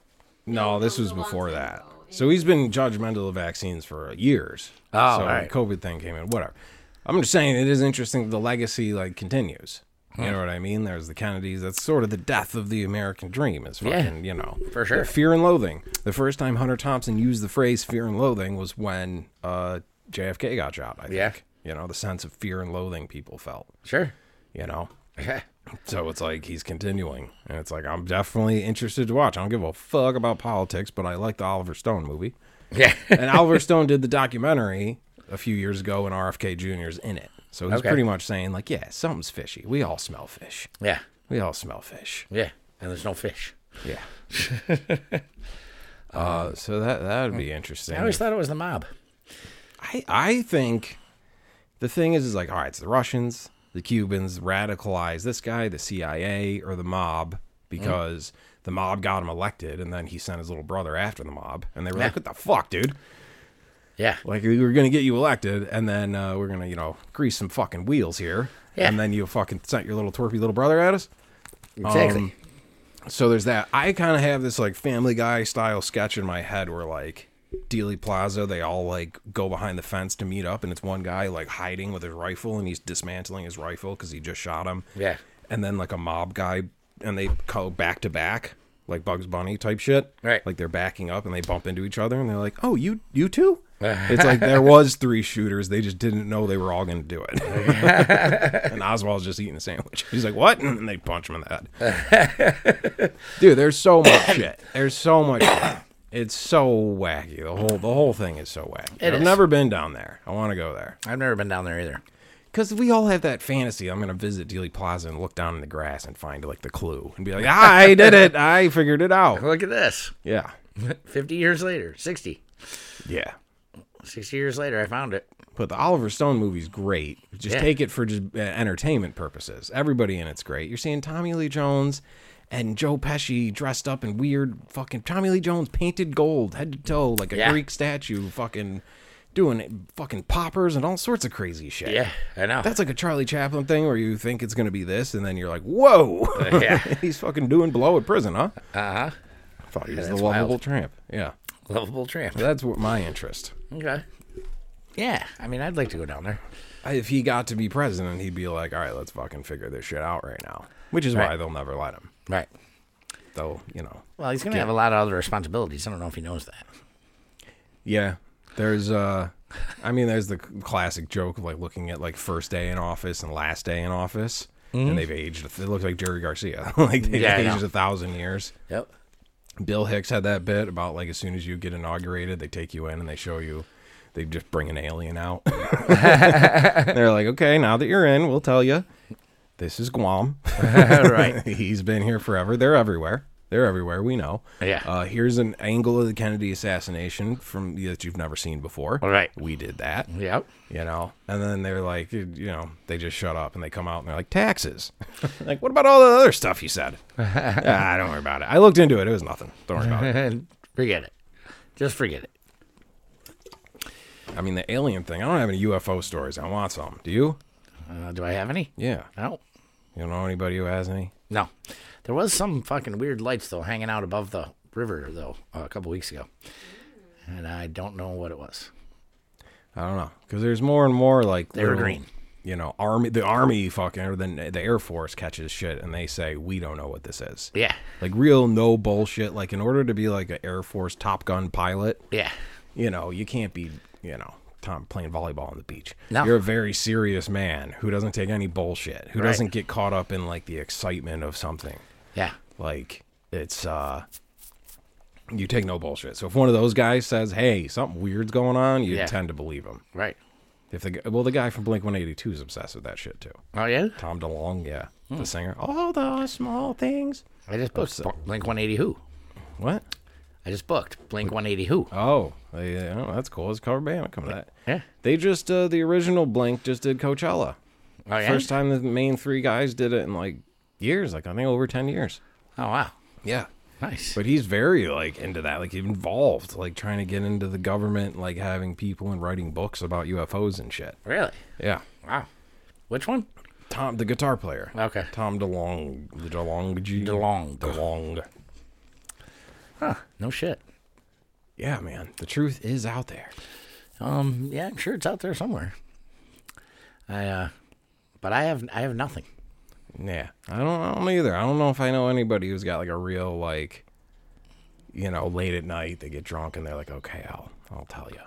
[SPEAKER 2] No, this
[SPEAKER 4] no,
[SPEAKER 2] was
[SPEAKER 4] the long
[SPEAKER 2] before
[SPEAKER 4] time
[SPEAKER 2] that.
[SPEAKER 4] ago.
[SPEAKER 2] So he's been judgmental of vaccines for years.
[SPEAKER 3] Oh,
[SPEAKER 2] so
[SPEAKER 3] all right.
[SPEAKER 2] the COVID thing came in, whatever. I'm just saying it is interesting the legacy like continues.
[SPEAKER 3] Hmm.
[SPEAKER 2] You know what I mean? There's the Kennedys. That's sort of the death of the American dream. Is
[SPEAKER 3] Yeah.
[SPEAKER 2] fucking you know
[SPEAKER 3] For sure.
[SPEAKER 2] the fear and loathing. The first time Hunter Thompson used the phrase fear and loathing was when uh, JFK got shot. I think.
[SPEAKER 3] Yeah.
[SPEAKER 2] You know the sense of fear and loathing people felt.
[SPEAKER 3] Sure.
[SPEAKER 2] You know.
[SPEAKER 3] Yeah.
[SPEAKER 2] So it's like he's continuing, and it's like I'm definitely interested to watch. I don't give a fuck about politics, but I like the Oliver Stone movie.
[SPEAKER 3] *laughs* Yeah.
[SPEAKER 2] And Oliver Stone did the documentary a few years ago, and RFK Jr. is in it. So he's
[SPEAKER 3] Okay.
[SPEAKER 2] pretty much saying like, yeah, something's fishy. We all smell fish.
[SPEAKER 3] yeah.
[SPEAKER 2] We all smell fish.
[SPEAKER 3] Yeah. And there's no fish.
[SPEAKER 2] Yeah. uh, so that that would be interesting.
[SPEAKER 3] I always thought it was the mob.
[SPEAKER 2] I I think the thing is is like all right, it's the Russians, the Cubans radicalized this guy, the CIA or the mob because the mob got him elected and then he sent his little brother after the mob and they were like
[SPEAKER 3] Yeah.
[SPEAKER 2] what the fuck, dude?
[SPEAKER 3] Yeah.
[SPEAKER 2] Like we were going to get you elected and then uh, we're going to, you know, grease some fucking wheels here
[SPEAKER 3] Yeah.
[SPEAKER 2] and then you fucking sent your little twerpy little brother at us.
[SPEAKER 3] Exactly.
[SPEAKER 2] Um, So there's that. I kind of have this like Family Guy style sketch in my head where like Dealey Plaza, they all like go behind the fence to meet up, and it's one guy like hiding with his rifle, and he's dismantling his rifle because he just shot him.
[SPEAKER 3] Yeah.
[SPEAKER 2] And then like a mob guy, and they go back to back, like Bugs Bunny type shit.
[SPEAKER 3] Right.
[SPEAKER 2] Like they're backing up and they bump into each other, and they're like, "Oh, you you
[SPEAKER 3] *laughs*
[SPEAKER 2] too." it's like there was three shooters. They just didn't know they were all going to do it. and Oswald's just eating a sandwich. *laughs* He's like, "What?" And they punch him in the head. *laughs* Dude, there's so much shit. There's so much. shit. It's so wacky. The whole the whole thing is so wacky.
[SPEAKER 3] It
[SPEAKER 2] I've
[SPEAKER 3] is.
[SPEAKER 2] never been down there. I want to go there
[SPEAKER 3] I've never been down there either.
[SPEAKER 2] because we all have that fantasy. I'm going to visit Dealey Plaza and look down in the grass and find like the clue and be like, "Ah, "I did it. I figured it out."
[SPEAKER 3] Look at this.
[SPEAKER 2] Yeah,
[SPEAKER 3] 50 years later, 60.
[SPEAKER 2] yeah.
[SPEAKER 3] 60 years later, I found it.
[SPEAKER 2] But the Oliver Stone movie's great. Just
[SPEAKER 3] Yeah.
[SPEAKER 2] take it for just uh, entertainment purposes. Everybody in it's great. You're seeing Tommy Lee Jones and Joe Pesci dressed up in weird fucking Tommy Lee Jones painted gold, head to toe, like a
[SPEAKER 3] Yeah.
[SPEAKER 2] Greek statue, fucking doing fucking poppers and all sorts of crazy shit.
[SPEAKER 3] Yeah, I know.
[SPEAKER 2] That's like a Charlie Chaplin thing where you think it's going to be this, and then you're like, whoa.
[SPEAKER 3] Uh, Yeah.
[SPEAKER 2] *laughs* He's fucking doing blow at prison, huh?
[SPEAKER 3] uh huh.
[SPEAKER 2] I thought he was
[SPEAKER 3] that's
[SPEAKER 2] the lovable
[SPEAKER 3] wild.
[SPEAKER 2] tramp. Yeah.
[SPEAKER 3] Lovable tramp.
[SPEAKER 2] That's what my interest.
[SPEAKER 3] Okay. Yeah, I mean, I'd like to go down there.
[SPEAKER 2] I- If he got to be president, he'd be like, all right, let's fucking figure this shit out right now. Which is why
[SPEAKER 3] Right.
[SPEAKER 2] they'll never let him.
[SPEAKER 3] Right.
[SPEAKER 2] They'll, you know.
[SPEAKER 3] Well, he's going to have a lot of other responsibilities. I don't know if he knows that.
[SPEAKER 2] Yeah. There's, uh, I mean, there's the c- classic joke of like looking at like first day in office and last day in office. And they've aged. They look like Jerry Garcia. *laughs* like they've
[SPEAKER 3] Yeah, I
[SPEAKER 2] aged
[SPEAKER 3] know.
[SPEAKER 2] a thousand years.
[SPEAKER 3] Yep.
[SPEAKER 2] *laughs* Bill Hicks had that bit about like as soon as you get inaugurated, they take you in and they show you, they just bring an alien out. *laughs* They're like, okay, now that you're in, we'll tell you. This is Guam. *laughs*
[SPEAKER 3] right.
[SPEAKER 2] He's been here forever. They're everywhere. They're everywhere. We know.
[SPEAKER 3] Yeah.
[SPEAKER 2] Uh, here's an angle of the Kennedy assassination from that you've never seen before.
[SPEAKER 3] All right.
[SPEAKER 2] We did that.
[SPEAKER 3] *laughs* Yep.
[SPEAKER 2] You know. And then they're like, you know, they just shut up and they come out and they're like, taxes. *laughs* like, what about all the other stuff you
[SPEAKER 3] *laughs*
[SPEAKER 2] said? ah, don't worry about it. I looked into it. It was nothing. Don't worry about it.
[SPEAKER 3] *laughs* forget it. Just forget it.
[SPEAKER 2] I mean, the alien thing. I don't have any UFO stories. I want some. Do you?
[SPEAKER 3] Uh, do I have any?
[SPEAKER 2] Yeah.
[SPEAKER 3] No.
[SPEAKER 2] You don't know anybody who has any?
[SPEAKER 3] No. There was some fucking weird lights, though, hanging out above the river, though, a couple weeks ago. And I don't know what it was.
[SPEAKER 2] I don't know. Because there's more and more like
[SPEAKER 3] They were green.
[SPEAKER 2] You know, army. The army fucking or the the air force catches shit and they say we don't know what this is.
[SPEAKER 3] Yeah.
[SPEAKER 2] Like real no bullshit. Like in order to be like an air force Top Gun pilot,
[SPEAKER 3] Yeah.
[SPEAKER 2] you know, you can't be you know. Tom playing volleyball on the beach.
[SPEAKER 3] No.
[SPEAKER 2] You're a very serious man who doesn't take any bullshit, who
[SPEAKER 3] Right.
[SPEAKER 2] doesn't get caught up in like the excitement of something.
[SPEAKER 3] Yeah.
[SPEAKER 2] Like it's uh you take no bullshit. So if one of those guys says, "Hey, something weird's going on," you
[SPEAKER 3] Yeah.
[SPEAKER 2] tend to believe him.
[SPEAKER 3] Right.
[SPEAKER 2] If the gu- well, the guy from Blink One Eighty Two is obsessed with that shit too.
[SPEAKER 3] Oh, yeah?
[SPEAKER 2] Tom DeLonge, yeah,
[SPEAKER 3] Hmm.
[SPEAKER 2] the singer. All the small things.
[SPEAKER 3] I just booked Blink 180 Who.
[SPEAKER 2] What?
[SPEAKER 3] I just booked Blink 180 Who.
[SPEAKER 2] Oh, yeah, oh, that's cool. It's a cover band. I'll come to that.
[SPEAKER 3] Yeah.
[SPEAKER 2] They just uh, the original Blink just did Coachella.
[SPEAKER 3] Oh, yeah?
[SPEAKER 2] First time the main three guys did it in like years, like I think over ten years.
[SPEAKER 3] Oh, wow.
[SPEAKER 2] Yeah.
[SPEAKER 3] Nice.
[SPEAKER 2] But he's very like into that, like involved, like trying to get into the government, like having people and writing books about UFOs and shit.
[SPEAKER 3] really?
[SPEAKER 2] Yeah,
[SPEAKER 3] Wow. Which one?
[SPEAKER 2] Tom, the guitar player.
[SPEAKER 3] Okay.
[SPEAKER 2] Tom DeLong, DeLong,
[SPEAKER 3] DeLonge.
[SPEAKER 2] DeLong.
[SPEAKER 3] No shit.
[SPEAKER 2] Yeah, man, the truth is out there.
[SPEAKER 3] Um, yeah, I'm sure it's out there somewhere. I uh but I have I have nothing.
[SPEAKER 2] Yeah, I don't, I don't either. I don't know if I know anybody who's got like a real like, you know, late at night they get drunk and they're like, okay, I'll, I'll tell you.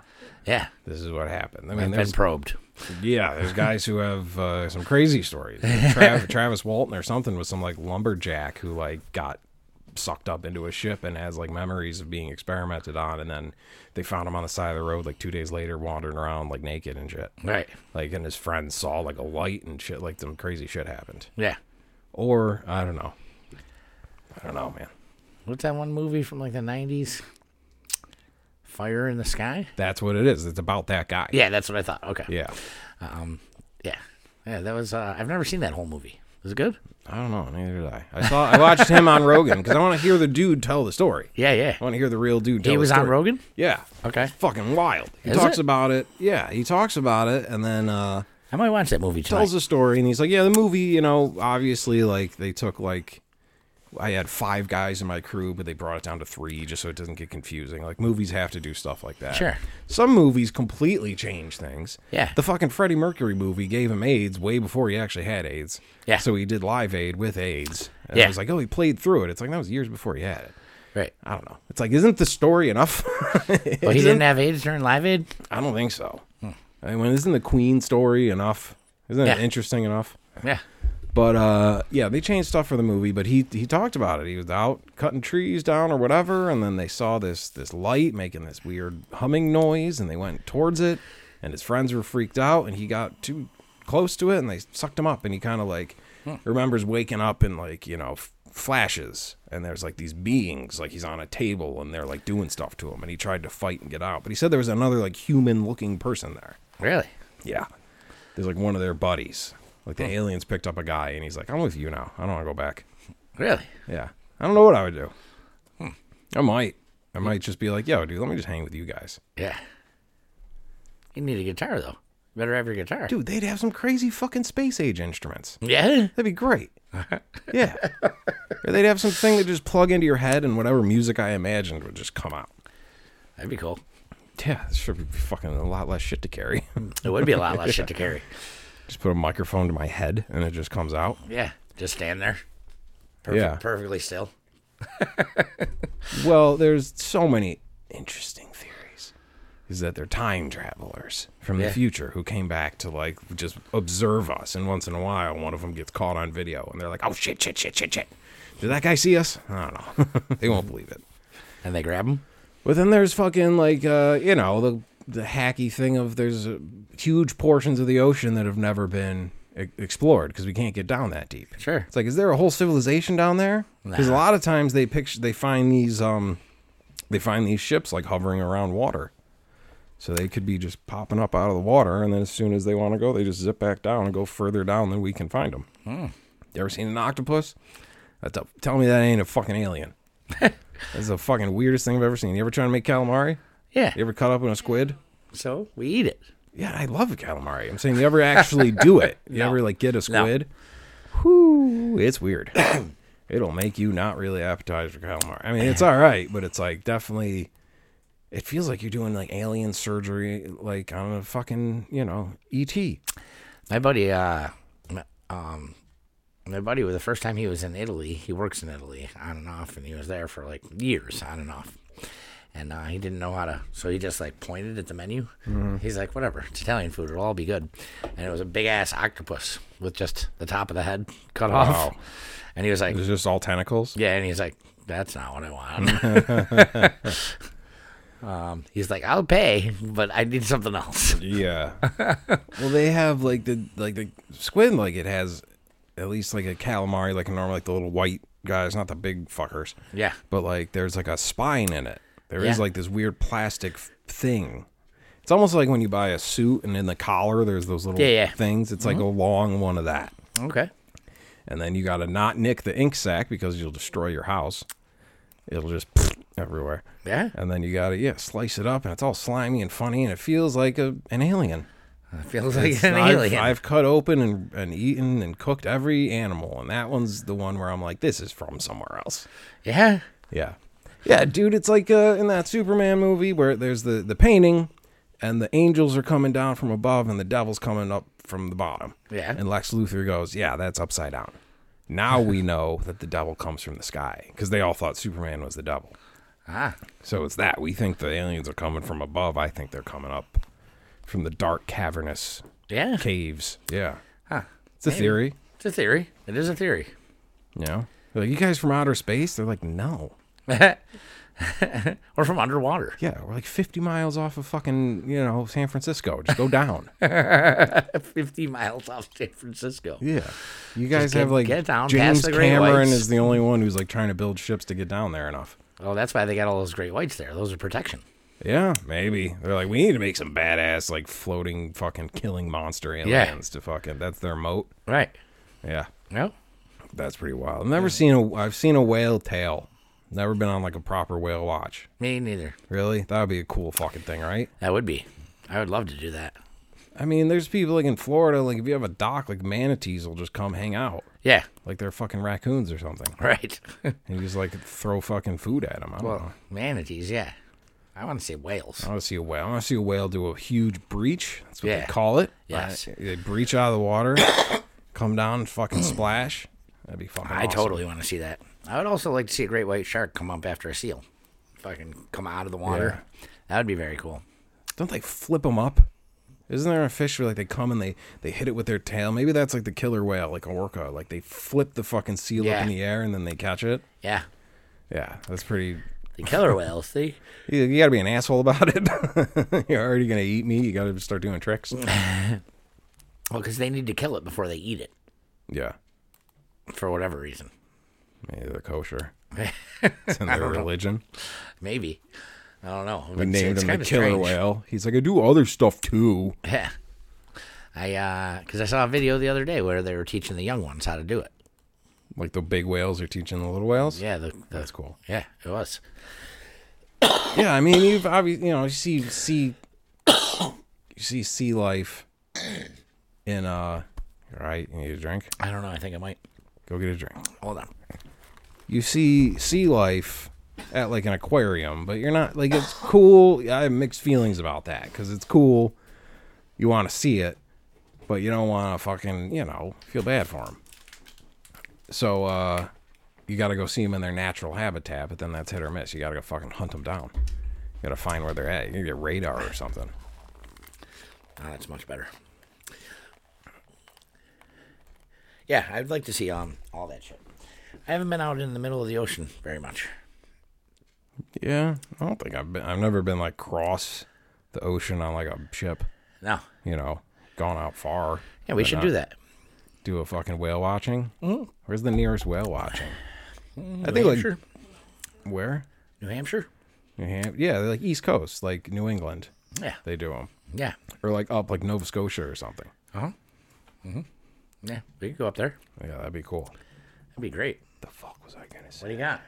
[SPEAKER 3] Yeah.
[SPEAKER 2] This is what happened. I
[SPEAKER 3] I've
[SPEAKER 2] mean,
[SPEAKER 3] been
[SPEAKER 2] there's
[SPEAKER 3] probed.
[SPEAKER 2] Yeah, there's guys who have uh, some crazy stories.
[SPEAKER 3] *laughs*
[SPEAKER 2] Trav, Travis Walton or something was some like lumberjack who like got sucked up into a ship and has like memories of being experimented on, and then they found him on the side of the road like two days later wandering around like naked and shit.
[SPEAKER 3] Right.
[SPEAKER 2] Like, and his friends saw like a light and shit. Like some crazy shit happened.
[SPEAKER 3] Yeah.
[SPEAKER 2] Or I don't know. I don't know, man.
[SPEAKER 3] What's that one movie from like the nineties? Fire in the Sky?
[SPEAKER 2] That's what it is. It's about that guy.
[SPEAKER 3] Yeah, that's what I thought. Okay.
[SPEAKER 2] Yeah.
[SPEAKER 3] Um yeah. Yeah, that was uh I've never seen that whole movie. Was it good?
[SPEAKER 2] I don't know. Neither did I. I saw. I watched him on Rogan because I want to hear the dude tell the story.
[SPEAKER 3] Yeah, Oh, yeah.
[SPEAKER 2] I want to hear the real dude. Tell
[SPEAKER 3] he
[SPEAKER 2] the
[SPEAKER 3] was on
[SPEAKER 2] story.
[SPEAKER 3] Rogan?
[SPEAKER 2] Yeah. Uh,
[SPEAKER 3] Okay.
[SPEAKER 2] Fucking wild. He
[SPEAKER 3] Is
[SPEAKER 2] talks
[SPEAKER 3] it?
[SPEAKER 2] about it. Yeah, he talks about it and then uh
[SPEAKER 3] I might watch that movie tonight.
[SPEAKER 2] tells the story and he's like, Yeah, the movie, you know, obviously like they took like I had five guys in my crew, but they brought it down to three just so it doesn't get confusing. Like movies have to do stuff like that.
[SPEAKER 3] Sure.
[SPEAKER 2] Some movies completely change things.
[SPEAKER 3] Yeah.
[SPEAKER 2] The fucking Freddie Mercury movie gave him AIDS way before he actually had AIDS.
[SPEAKER 3] Yeah.
[SPEAKER 2] So he did live aid with AIDS. And
[SPEAKER 3] Yeah.
[SPEAKER 2] I was like, Oh, he played through it. It's like that was years before he had it.
[SPEAKER 3] Right.
[SPEAKER 2] I don't know. It's like, isn't the story enough? *laughs*
[SPEAKER 3] Well, he didn't have AIDS during Live Aid?
[SPEAKER 2] I don't think so. I mean, isn't the Queen story enough? Isn't
[SPEAKER 3] Yeah.
[SPEAKER 2] it interesting enough?
[SPEAKER 3] Yeah.
[SPEAKER 2] But uh, yeah, they changed stuff for the movie. But he he talked about it. He was out cutting trees down or whatever, and then they saw this this light making this weird humming noise, and they went towards it. And his friends were freaked out, and he got too close to it, and they sucked him up. And he kind of like remembers waking up in like you know f- flashes, and there's like these beings, like he's on a table, and they're like doing stuff to him, and he tried to fight and get out. But he said there was another like human looking person there.
[SPEAKER 3] Really?
[SPEAKER 2] Yeah. There's like one of their buddies. Like the aliens picked up a guy and he's like, I'm with you now. I don't want to go back.
[SPEAKER 3] Really?
[SPEAKER 2] Yeah. I don't know what I would do. Hmm. I might. I might just be like, yo, dude, let me just hang with you guys.
[SPEAKER 3] Yeah. You need a guitar though. You better have your guitar.
[SPEAKER 2] Dude, they'd have some crazy fucking space age instruments.
[SPEAKER 3] Yeah.
[SPEAKER 2] That'd be *laughs* great. yeah. Or they'd have something that just plug into your head and whatever music I imagined would just come out.
[SPEAKER 3] That'd be cool.
[SPEAKER 2] Yeah, this should be fucking a lot less shit to carry.
[SPEAKER 3] It would be a lot less shit to *laughs* carry.
[SPEAKER 2] *laughs* just put a microphone to my head and it just comes out.
[SPEAKER 3] Yeah. Just stand there.
[SPEAKER 2] Yeah.
[SPEAKER 3] Perfectly still.
[SPEAKER 2] Well, there's so many interesting theories. Is that they're time travelers from
[SPEAKER 3] Yeah.
[SPEAKER 2] the future who came back to like just observe us, and once in a while, one of them gets caught on video, and they're like, "Oh shit, shit, shit, shit, shit! Did that guy see us? I don't know. *laughs* they won't believe it."
[SPEAKER 3] And they grab him.
[SPEAKER 2] But then there's fucking like uh, you know the the hacky thing of there's uh, huge portions of the ocean that have never been e- explored because we can't get down that deep.
[SPEAKER 3] Sure.
[SPEAKER 2] It's like is there a whole civilization down there? Because a
[SPEAKER 3] Nah.
[SPEAKER 2] lot of times they picture they find these um they find these ships like hovering around water. So they could be just popping up out of the water, and then as soon as they want to go, they just zip back down and go further down than we can find them.
[SPEAKER 3] Hmm.
[SPEAKER 2] You ever seen an octopus? That's a, tell me that ain't a fucking alien. That's the fucking weirdest thing I've ever seen. You ever trying to make calamari?
[SPEAKER 3] Yeah.
[SPEAKER 2] You ever cut up in a squid?
[SPEAKER 3] So we eat it.
[SPEAKER 2] Yeah, I love calamari. I'm saying you ever actually
[SPEAKER 3] *laughs*
[SPEAKER 2] do it. You
[SPEAKER 3] No.
[SPEAKER 2] ever like get a squid? Whew, it's
[SPEAKER 3] *coughs*
[SPEAKER 2] weird. It'll make you not really appetized for calamari. I mean, it's all right, but it's like definitely. It feels like you're doing like alien surgery, like on a fucking you know E ET.
[SPEAKER 3] My buddy, uh, m- um, my buddy, the first time he was in Italy, he works in Italy on and off, and he was there for like years on and off. And uh, he didn't know how to, so he just like pointed at the menu. He's like, whatever, it's Italian food, it'll all be good. And it was a big ass octopus with just the top of the head cut off.
[SPEAKER 2] Wow.
[SPEAKER 3] And he was like,
[SPEAKER 2] It's just all tentacles.
[SPEAKER 3] yeah, and he's like, that's not what I want. *laughs* um, he's like, I'll pay, but I need something else. *laughs*
[SPEAKER 2] Yeah. well, they have like the like the squid like it has at least like a calamari like a normal like the little white guys, not the big fuckers.
[SPEAKER 3] Yeah.
[SPEAKER 2] But like there's like a spine in it. There is
[SPEAKER 3] Yeah.
[SPEAKER 2] like this weird plastic f- thing. It's almost like when you buy a suit and in the collar there's those little
[SPEAKER 3] Yeah, yeah. Mm-hmm.
[SPEAKER 2] things. It's like a long one of that.
[SPEAKER 3] Okay.
[SPEAKER 2] And then you got to not nick the ink sac because you'll destroy your house. It'll just everywhere.
[SPEAKER 3] Yeah.
[SPEAKER 2] And then you got to yeah, slice it up and it's all slimy and funny and it feels like a, an alien.
[SPEAKER 3] It feels *laughs* like an
[SPEAKER 2] I've,
[SPEAKER 3] alien.
[SPEAKER 2] I've cut open and, and eaten and cooked every animal, and that one's the one where I'm like, this is from somewhere else.
[SPEAKER 3] Yeah.
[SPEAKER 2] Yeah. Yeah, dude, it's like uh, in that Superman movie where there's the, the painting, and the angels are coming down from above, and the devil's coming up from the bottom.
[SPEAKER 3] Yeah.
[SPEAKER 2] And Lex Luthor goes, yeah, that's upside down. Now
[SPEAKER 3] *laughs*
[SPEAKER 2] we know that the devil comes from the sky because they all thought Superman was the devil.
[SPEAKER 3] Ah.
[SPEAKER 2] So it's that. We think the aliens are coming from above. I think they're coming up from the dark,
[SPEAKER 3] *laughs*
[SPEAKER 2] cavernous
[SPEAKER 3] Yeah.
[SPEAKER 2] caves. Yeah.
[SPEAKER 3] Huh.
[SPEAKER 2] It's a theory.
[SPEAKER 3] It's a theory. It is a theory. *laughs*
[SPEAKER 2] You know? They're like, you guys from outer space? They're like, no.
[SPEAKER 3] Or from underwater.
[SPEAKER 2] Yeah, we're like 50 miles off of fucking, you know, San Francisco. Just go down.
[SPEAKER 3] 50 miles off San Francisco.
[SPEAKER 2] yeah. You guys
[SPEAKER 3] get-
[SPEAKER 2] have like
[SPEAKER 3] get down
[SPEAKER 2] James
[SPEAKER 3] past the Great
[SPEAKER 2] Cameron
[SPEAKER 3] Whites.
[SPEAKER 2] is the only one who's like trying to build ships to get down there enough.
[SPEAKER 3] Oh, that's why they got all those great whites there. Those are protection.
[SPEAKER 2] Yeah, maybe. They're like, we need to make some badass, like floating fucking killing monster
[SPEAKER 3] Yeah.
[SPEAKER 2] aliens to fucking, that's their moat.
[SPEAKER 3] Right.
[SPEAKER 2] Yeah.
[SPEAKER 3] No?
[SPEAKER 2] That's pretty wild. I've never seen a, I've seen a whale tail. Never been on like a proper whale watch.
[SPEAKER 3] Me neither.
[SPEAKER 2] Really? That would be a cool fucking thing, right?
[SPEAKER 3] That would be. I would love to do that.
[SPEAKER 2] I mean, there's people like in Florida, like if you have a dock, like manatees will just come hang out,
[SPEAKER 3] Yeah. *laughs*
[SPEAKER 2] like they're fucking raccoons or something,
[SPEAKER 3] Right.
[SPEAKER 2] and you just like throw fucking food at them. I don't know.
[SPEAKER 3] well, manatees, yeah. I want to say whales.
[SPEAKER 2] I want to see a whale. I want to see a whale do a huge breach. That's what
[SPEAKER 3] Yeah.
[SPEAKER 2] they call it.
[SPEAKER 3] Yes.
[SPEAKER 2] Uh, they breach out of the water, *coughs* come down and
[SPEAKER 3] *coughs*
[SPEAKER 2] fucking splash. That'd be fucking.
[SPEAKER 3] I
[SPEAKER 2] awesome.
[SPEAKER 3] totally want to see that. I would also like to see a great white shark come up after a seal. Fucking come out of the water. That would be very cool.
[SPEAKER 2] Don't they flip them up? Isn't there a fish where like they come and they they hit it with their tail? Maybe that's like the killer whale, like orca. Like they flip the fucking seal
[SPEAKER 3] Yeah.
[SPEAKER 2] up in the air and then they catch it.
[SPEAKER 3] Yeah.
[SPEAKER 2] Yeah, that's pretty
[SPEAKER 3] The killer whales, see?
[SPEAKER 2] You, you got to be an asshole about it. *laughs* You're already going to eat me. You got to start doing
[SPEAKER 3] *laughs*
[SPEAKER 2] tricks.
[SPEAKER 3] Well, because they need to kill it before they eat it
[SPEAKER 2] yeah.
[SPEAKER 3] for whatever reason.
[SPEAKER 2] Maybe they're
[SPEAKER 3] *laughs*
[SPEAKER 2] kosher. It's in their religion.
[SPEAKER 3] Maybe. I don't know.
[SPEAKER 2] We
[SPEAKER 3] It's-
[SPEAKER 2] named
[SPEAKER 3] it's
[SPEAKER 2] him the
[SPEAKER 3] kinda
[SPEAKER 2] killer
[SPEAKER 3] strange.
[SPEAKER 2] whale. He's like, I do other stuff too.
[SPEAKER 3] *laughs* Yeah. I, uh, because I saw a video the other day where they were teaching the young ones how to do it.
[SPEAKER 2] Like the big whales are teaching the little whales.
[SPEAKER 3] Yeah. The, the,
[SPEAKER 2] That's cool.
[SPEAKER 3] Yeah, it was.
[SPEAKER 2] Yeah, I mean, you've obviously, you know, you see, see *coughs* You see Sea Life in uh all right, you need a drink?
[SPEAKER 3] I don't know. I think I might.
[SPEAKER 2] Go get a drink.
[SPEAKER 3] Hold on.
[SPEAKER 2] You see Sea Life at like an aquarium, but you're not like it's cool. I have mixed feelings about that cuz it's cool. You want to see it, but you don't want to fucking, you know, feel bad for them. So uh you got to go see them in their natural habitat, but then that's hit or miss. You got to go fucking hunt them down. You got to find where they're at. You got to get radar or something.
[SPEAKER 3] Ah, that's much better. Yeah, I'd like to see um all that shit. I haven't been out in the middle of the ocean very much.
[SPEAKER 2] Yeah, I don't think I've been. I've never been like cross the ocean on like a ship.
[SPEAKER 3] No.
[SPEAKER 2] You know, gone out far.
[SPEAKER 3] Yeah, we
[SPEAKER 2] but
[SPEAKER 3] should
[SPEAKER 2] not
[SPEAKER 3] do that.
[SPEAKER 2] Do a fucking whale watching. Mm-hmm. Where's the nearest whale watching? I
[SPEAKER 3] New
[SPEAKER 2] think like
[SPEAKER 3] Hampshire.
[SPEAKER 2] where?
[SPEAKER 3] New Hampshire.
[SPEAKER 2] New Ham- yeah, they're like East Coast, like New England.
[SPEAKER 3] Yeah.
[SPEAKER 2] They do them,
[SPEAKER 3] Yeah.
[SPEAKER 2] or like up like Nova Scotia or something.
[SPEAKER 3] Yeah. We could go up there.
[SPEAKER 2] Yeah, that'd be cool.
[SPEAKER 3] That'd be great.
[SPEAKER 2] The fuck was I gonna
[SPEAKER 3] *laughs* What
[SPEAKER 2] say?
[SPEAKER 3] do you got?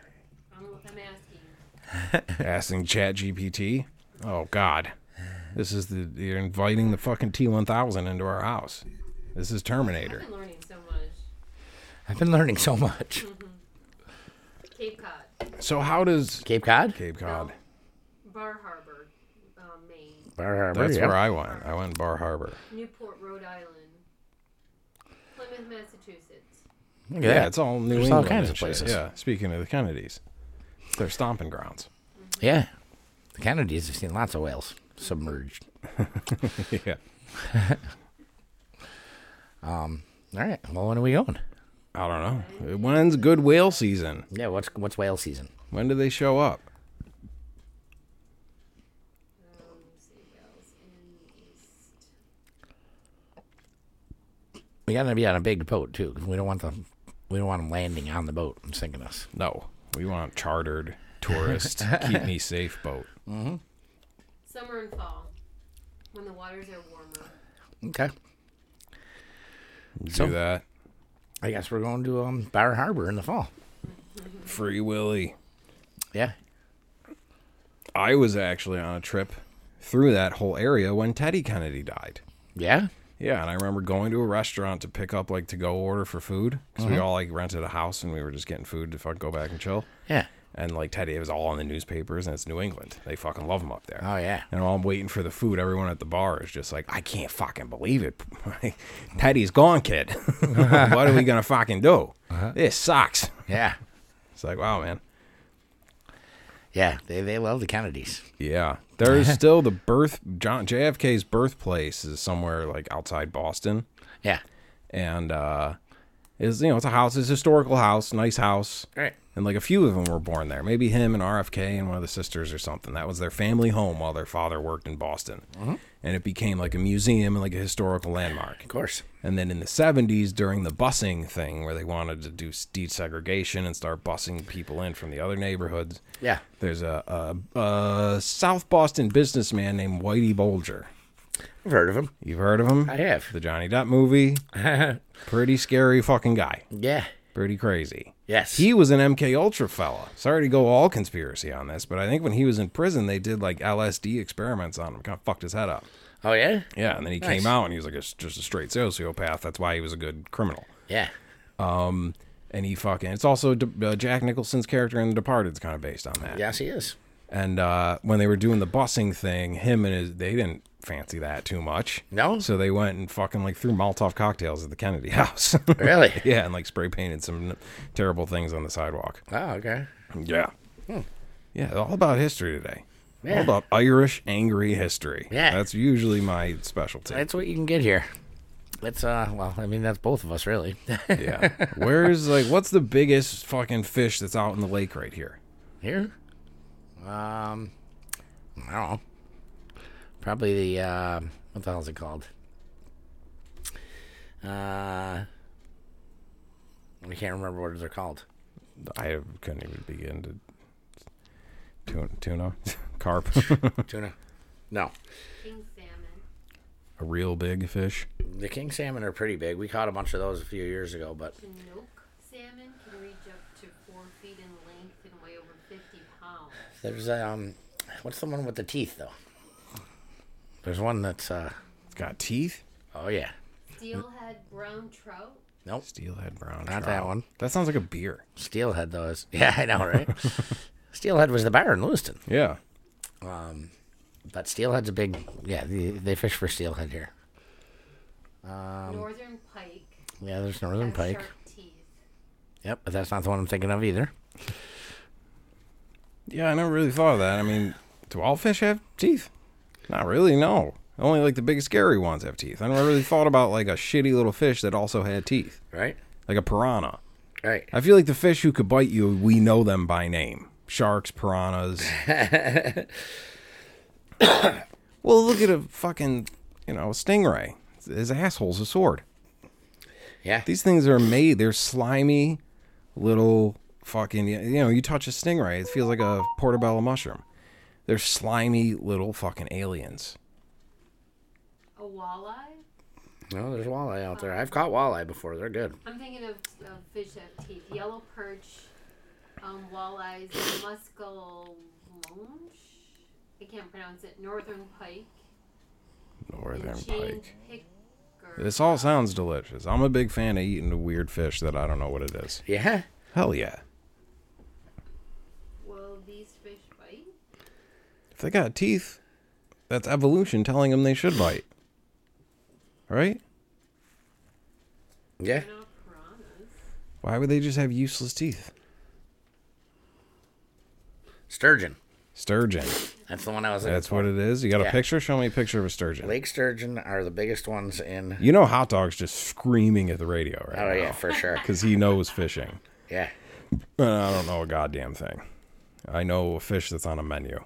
[SPEAKER 4] I don't know what I'm asking.
[SPEAKER 2] Asking Chat GPT. Oh God, this is the you're inviting the fucking T1000 into our house. This is Terminator.
[SPEAKER 4] I've been learning so much.
[SPEAKER 3] I've been learning so much.
[SPEAKER 4] Cape Cod,
[SPEAKER 2] So how does
[SPEAKER 3] Cape Cod.
[SPEAKER 2] Cape Cod?
[SPEAKER 4] Bar Harbor, um, Maine,
[SPEAKER 3] Bar Harbor.
[SPEAKER 2] That's
[SPEAKER 3] yeah.
[SPEAKER 2] where I went. I went Bar Harbor.
[SPEAKER 4] Newport, Rhode Island, Plymouth, Massachusetts.
[SPEAKER 3] Look at
[SPEAKER 2] Yeah,
[SPEAKER 3] that.
[SPEAKER 2] it's all New
[SPEAKER 3] There's all
[SPEAKER 2] England.
[SPEAKER 3] kinds
[SPEAKER 2] and
[SPEAKER 3] of
[SPEAKER 2] shit.
[SPEAKER 3] places.
[SPEAKER 2] Yeah, speaking of the Kennedys, they're stomping
[SPEAKER 3] *laughs*
[SPEAKER 2] grounds.
[SPEAKER 3] Yeah. The Kennedys have seen lots of whales submerged.
[SPEAKER 2] yeah.
[SPEAKER 3] All right. Well, when are we going?
[SPEAKER 2] I don't know. When's good whale season?
[SPEAKER 3] Yeah. What's what's whale season?
[SPEAKER 2] When do they show up?
[SPEAKER 4] Um, sea whales in the east.
[SPEAKER 3] We gotta be on a big boat too, 'cause we don't want them. We don't want them landing on the boat and sinking us.
[SPEAKER 2] No, we want chartered
[SPEAKER 3] *laughs*
[SPEAKER 2] tourist, keep me safe boat.
[SPEAKER 4] Summer and fall, when the waters are warmer.
[SPEAKER 3] Okay.
[SPEAKER 2] Do
[SPEAKER 3] So-
[SPEAKER 2] that.
[SPEAKER 3] I guess we're going to um, Bar Harbor in the fall.
[SPEAKER 2] Free Willy.
[SPEAKER 3] Yeah.
[SPEAKER 2] I was actually on a trip through that whole area when Teddy Kennedy died.
[SPEAKER 3] Yeah.
[SPEAKER 2] Yeah, and I remember going to a restaurant to pick up like to go order for food because
[SPEAKER 3] Mm-hmm.
[SPEAKER 2] we all like rented a house and we were just getting food to fucking go back and chill.
[SPEAKER 3] Yeah.
[SPEAKER 2] And like Teddy, it was all on the newspapers, and it's New England. They fucking love him up there.
[SPEAKER 3] Oh, yeah.
[SPEAKER 2] And while I'm waiting for the food, everyone at the bar is just like, "I can't fucking believe it. *laughs* Teddy's gone, kid. *laughs* what are we gonna fucking do?
[SPEAKER 3] Uh-huh.
[SPEAKER 2] This sucks."
[SPEAKER 3] Yeah.
[SPEAKER 2] It's like, wow, man.
[SPEAKER 3] Yeah. They they love the Kennedys.
[SPEAKER 2] Yeah, there's still the birth. John JFK's birthplace is somewhere like outside Boston.
[SPEAKER 3] Yeah.
[SPEAKER 2] and uh is you know it's a house it's a historical house nice house
[SPEAKER 3] All right.
[SPEAKER 2] and like a few of them were born there maybe him and rfk and one of the sisters or something that was their family home while their father worked in boston and it became like a museum and like a historical landmark
[SPEAKER 3] Mm-hmm. Of course.
[SPEAKER 2] and then in the 70s during the busing thing where they wanted to do s- desegregation and start busing people in from the other neighborhoods
[SPEAKER 3] Yeah.
[SPEAKER 2] there's a, a, a south boston businessman named whitey bolger
[SPEAKER 3] I've heard of them.
[SPEAKER 2] you've heard of him
[SPEAKER 3] I have.
[SPEAKER 2] the johnny depp movie
[SPEAKER 3] *laughs*
[SPEAKER 2] pretty scary fucking guy
[SPEAKER 3] Yeah.
[SPEAKER 2] pretty crazy.
[SPEAKER 3] Yes.
[SPEAKER 2] He was an MK Ultra fella. Sorry to go all conspiracy on this, but I think when he was in prison, they did like LSD experiments on him. Kind of fucked his head up.
[SPEAKER 3] Oh yeah.
[SPEAKER 2] Yeah, and then he
[SPEAKER 3] Nice.
[SPEAKER 2] came out and he was like a, just a straight sociopath. That's why he was a good criminal.
[SPEAKER 3] Yeah.
[SPEAKER 2] And he fucking. It's also De- uh, Jack Nicholson's character in The Departed is kind of based on that.
[SPEAKER 3] Yes, he is.
[SPEAKER 2] And uh, when they were doing the busing thing, him and his they didn't fancy that too much.
[SPEAKER 3] No?
[SPEAKER 2] So they went and fucking like threw Molotov cocktails at the Kennedy *laughs* house.
[SPEAKER 3] *laughs* Really?
[SPEAKER 2] yeah, and like spray painted some terrible things on the sidewalk.
[SPEAKER 3] Oh okay.
[SPEAKER 2] Yeah. Yeah, all about history today.
[SPEAKER 3] Hmm. Yeah.
[SPEAKER 2] All about Irish angry history.
[SPEAKER 3] Yeah.
[SPEAKER 2] That's usually my specialty.
[SPEAKER 3] That's what you can get here. That's uh. Well, I mean, that's both of us really. *laughs*
[SPEAKER 2] yeah. Where's like what's the biggest fucking fish that's out in the lake right here?
[SPEAKER 3] Here? Um, I don't know. Probably the, uh, what the hell is it called? Uh, I can't remember what they're *laughs* called.
[SPEAKER 2] I couldn't even begin to tuna, tuna *laughs* carp,
[SPEAKER 3] Tuna? No.
[SPEAKER 4] King salmon.
[SPEAKER 2] a real big fish.
[SPEAKER 3] The king salmon are pretty big. We caught a bunch of those a few years ago, but
[SPEAKER 4] Chinook salmon can reach up to four feet in length and weigh over 50 pounds.
[SPEAKER 3] there's, um, what's the one with the teeth, though? There's one that's, uh,
[SPEAKER 2] It's got teeth.
[SPEAKER 3] oh yeah,
[SPEAKER 4] Steelhead brown trout.
[SPEAKER 3] nope,
[SPEAKER 2] Steelhead brown.
[SPEAKER 3] Not
[SPEAKER 2] trout.
[SPEAKER 3] that one.
[SPEAKER 2] That sounds like a beer.
[SPEAKER 3] Steelhead though is. *laughs* Yeah, I know, right? Steelhead was the bar in Lewiston,
[SPEAKER 2] Yeah.
[SPEAKER 3] but Steelhead's a big. Yeah, they, they fish for Steelhead here.
[SPEAKER 2] Um,
[SPEAKER 4] Northern pike.
[SPEAKER 3] Yeah, there's Northern
[SPEAKER 4] have
[SPEAKER 3] Pike.
[SPEAKER 4] Sharp teeth.
[SPEAKER 3] Yep, but that's not the one I'm thinking of either.
[SPEAKER 2] Yeah, I never really thought of that. I mean, do all fish have teeth? Not really, no. Only like the big scary ones have teeth. I never really thought about like a shitty little fish that also had teeth,
[SPEAKER 3] Right.
[SPEAKER 2] like a piranha.
[SPEAKER 3] Right.
[SPEAKER 2] I feel like the fish who could bite you, we know them by name. Sharks, piranhas. well, look at a fucking, you know, stingray. His asshole's a sword.
[SPEAKER 3] Yeah.
[SPEAKER 2] These things are made, they're slimy little fucking, you know, you touch a stingray, it feels like a portobello mushroom. They're slimy little fucking aliens.
[SPEAKER 4] A walleye.
[SPEAKER 3] No, there's walleye out there. I've caught walleye before. They're good.
[SPEAKER 4] I'm thinking of, of fish that have teeth. Yellow perch, um, walleyes, muskellunge. I can't pronounce it. Northern pike. and
[SPEAKER 2] Northern
[SPEAKER 4] chain
[SPEAKER 2] pike.
[SPEAKER 4] picker.
[SPEAKER 2] This all sounds delicious. I'm a big fan of eating the weird fish that I don't know what it is.
[SPEAKER 3] Yeah.
[SPEAKER 2] Hell yeah.
[SPEAKER 4] Will these fish bite?
[SPEAKER 2] If they got teeth, that's evolution telling them they should bite. Right?
[SPEAKER 3] Yeah.
[SPEAKER 4] They're not piranhas.
[SPEAKER 2] Why would they just have useless teeth?
[SPEAKER 3] Sturgeon.
[SPEAKER 2] Sturgeon.
[SPEAKER 3] That's the one I was looking
[SPEAKER 2] That's
[SPEAKER 3] for.
[SPEAKER 2] what it is. You got a
[SPEAKER 3] Yeah.
[SPEAKER 2] picture? Show me a picture of a sturgeon.
[SPEAKER 3] Lake sturgeon are the biggest ones in.
[SPEAKER 2] You know, hot dog's just screaming at the radio right
[SPEAKER 3] Oh yeah, for sure.
[SPEAKER 2] Because he knows fishing.
[SPEAKER 3] Yeah.
[SPEAKER 2] But I don't know a goddamn thing. I know a fish that's on a menu.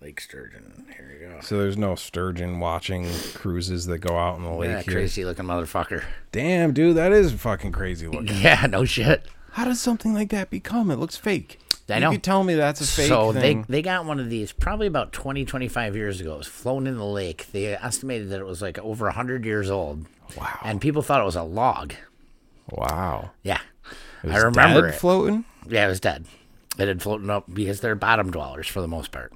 [SPEAKER 3] Lake sturgeon. Here you go.
[SPEAKER 2] So there's no sturgeon watching cruises that go out in the lake
[SPEAKER 3] Yeah,
[SPEAKER 2] here.
[SPEAKER 3] crazy looking motherfucker.
[SPEAKER 2] Damn, dude, that is fucking crazy looking.
[SPEAKER 3] *laughs* Yeah, no shit.
[SPEAKER 2] How does something like that become? It looks fake.
[SPEAKER 3] I
[SPEAKER 2] you
[SPEAKER 3] know.
[SPEAKER 2] could tell me that's a fake
[SPEAKER 3] so
[SPEAKER 2] thing.
[SPEAKER 3] they they got one of these probably about 20 25 years ago it was flown in the lake they estimated that it was like over 100 years old
[SPEAKER 2] Wow.
[SPEAKER 3] and people thought it was a log
[SPEAKER 2] wow.
[SPEAKER 3] yeah
[SPEAKER 2] It
[SPEAKER 3] i
[SPEAKER 2] was
[SPEAKER 3] remember
[SPEAKER 2] dead
[SPEAKER 3] it.
[SPEAKER 2] floating.
[SPEAKER 3] yeah it was dead it had floated up because they're bottom dwellers for the most part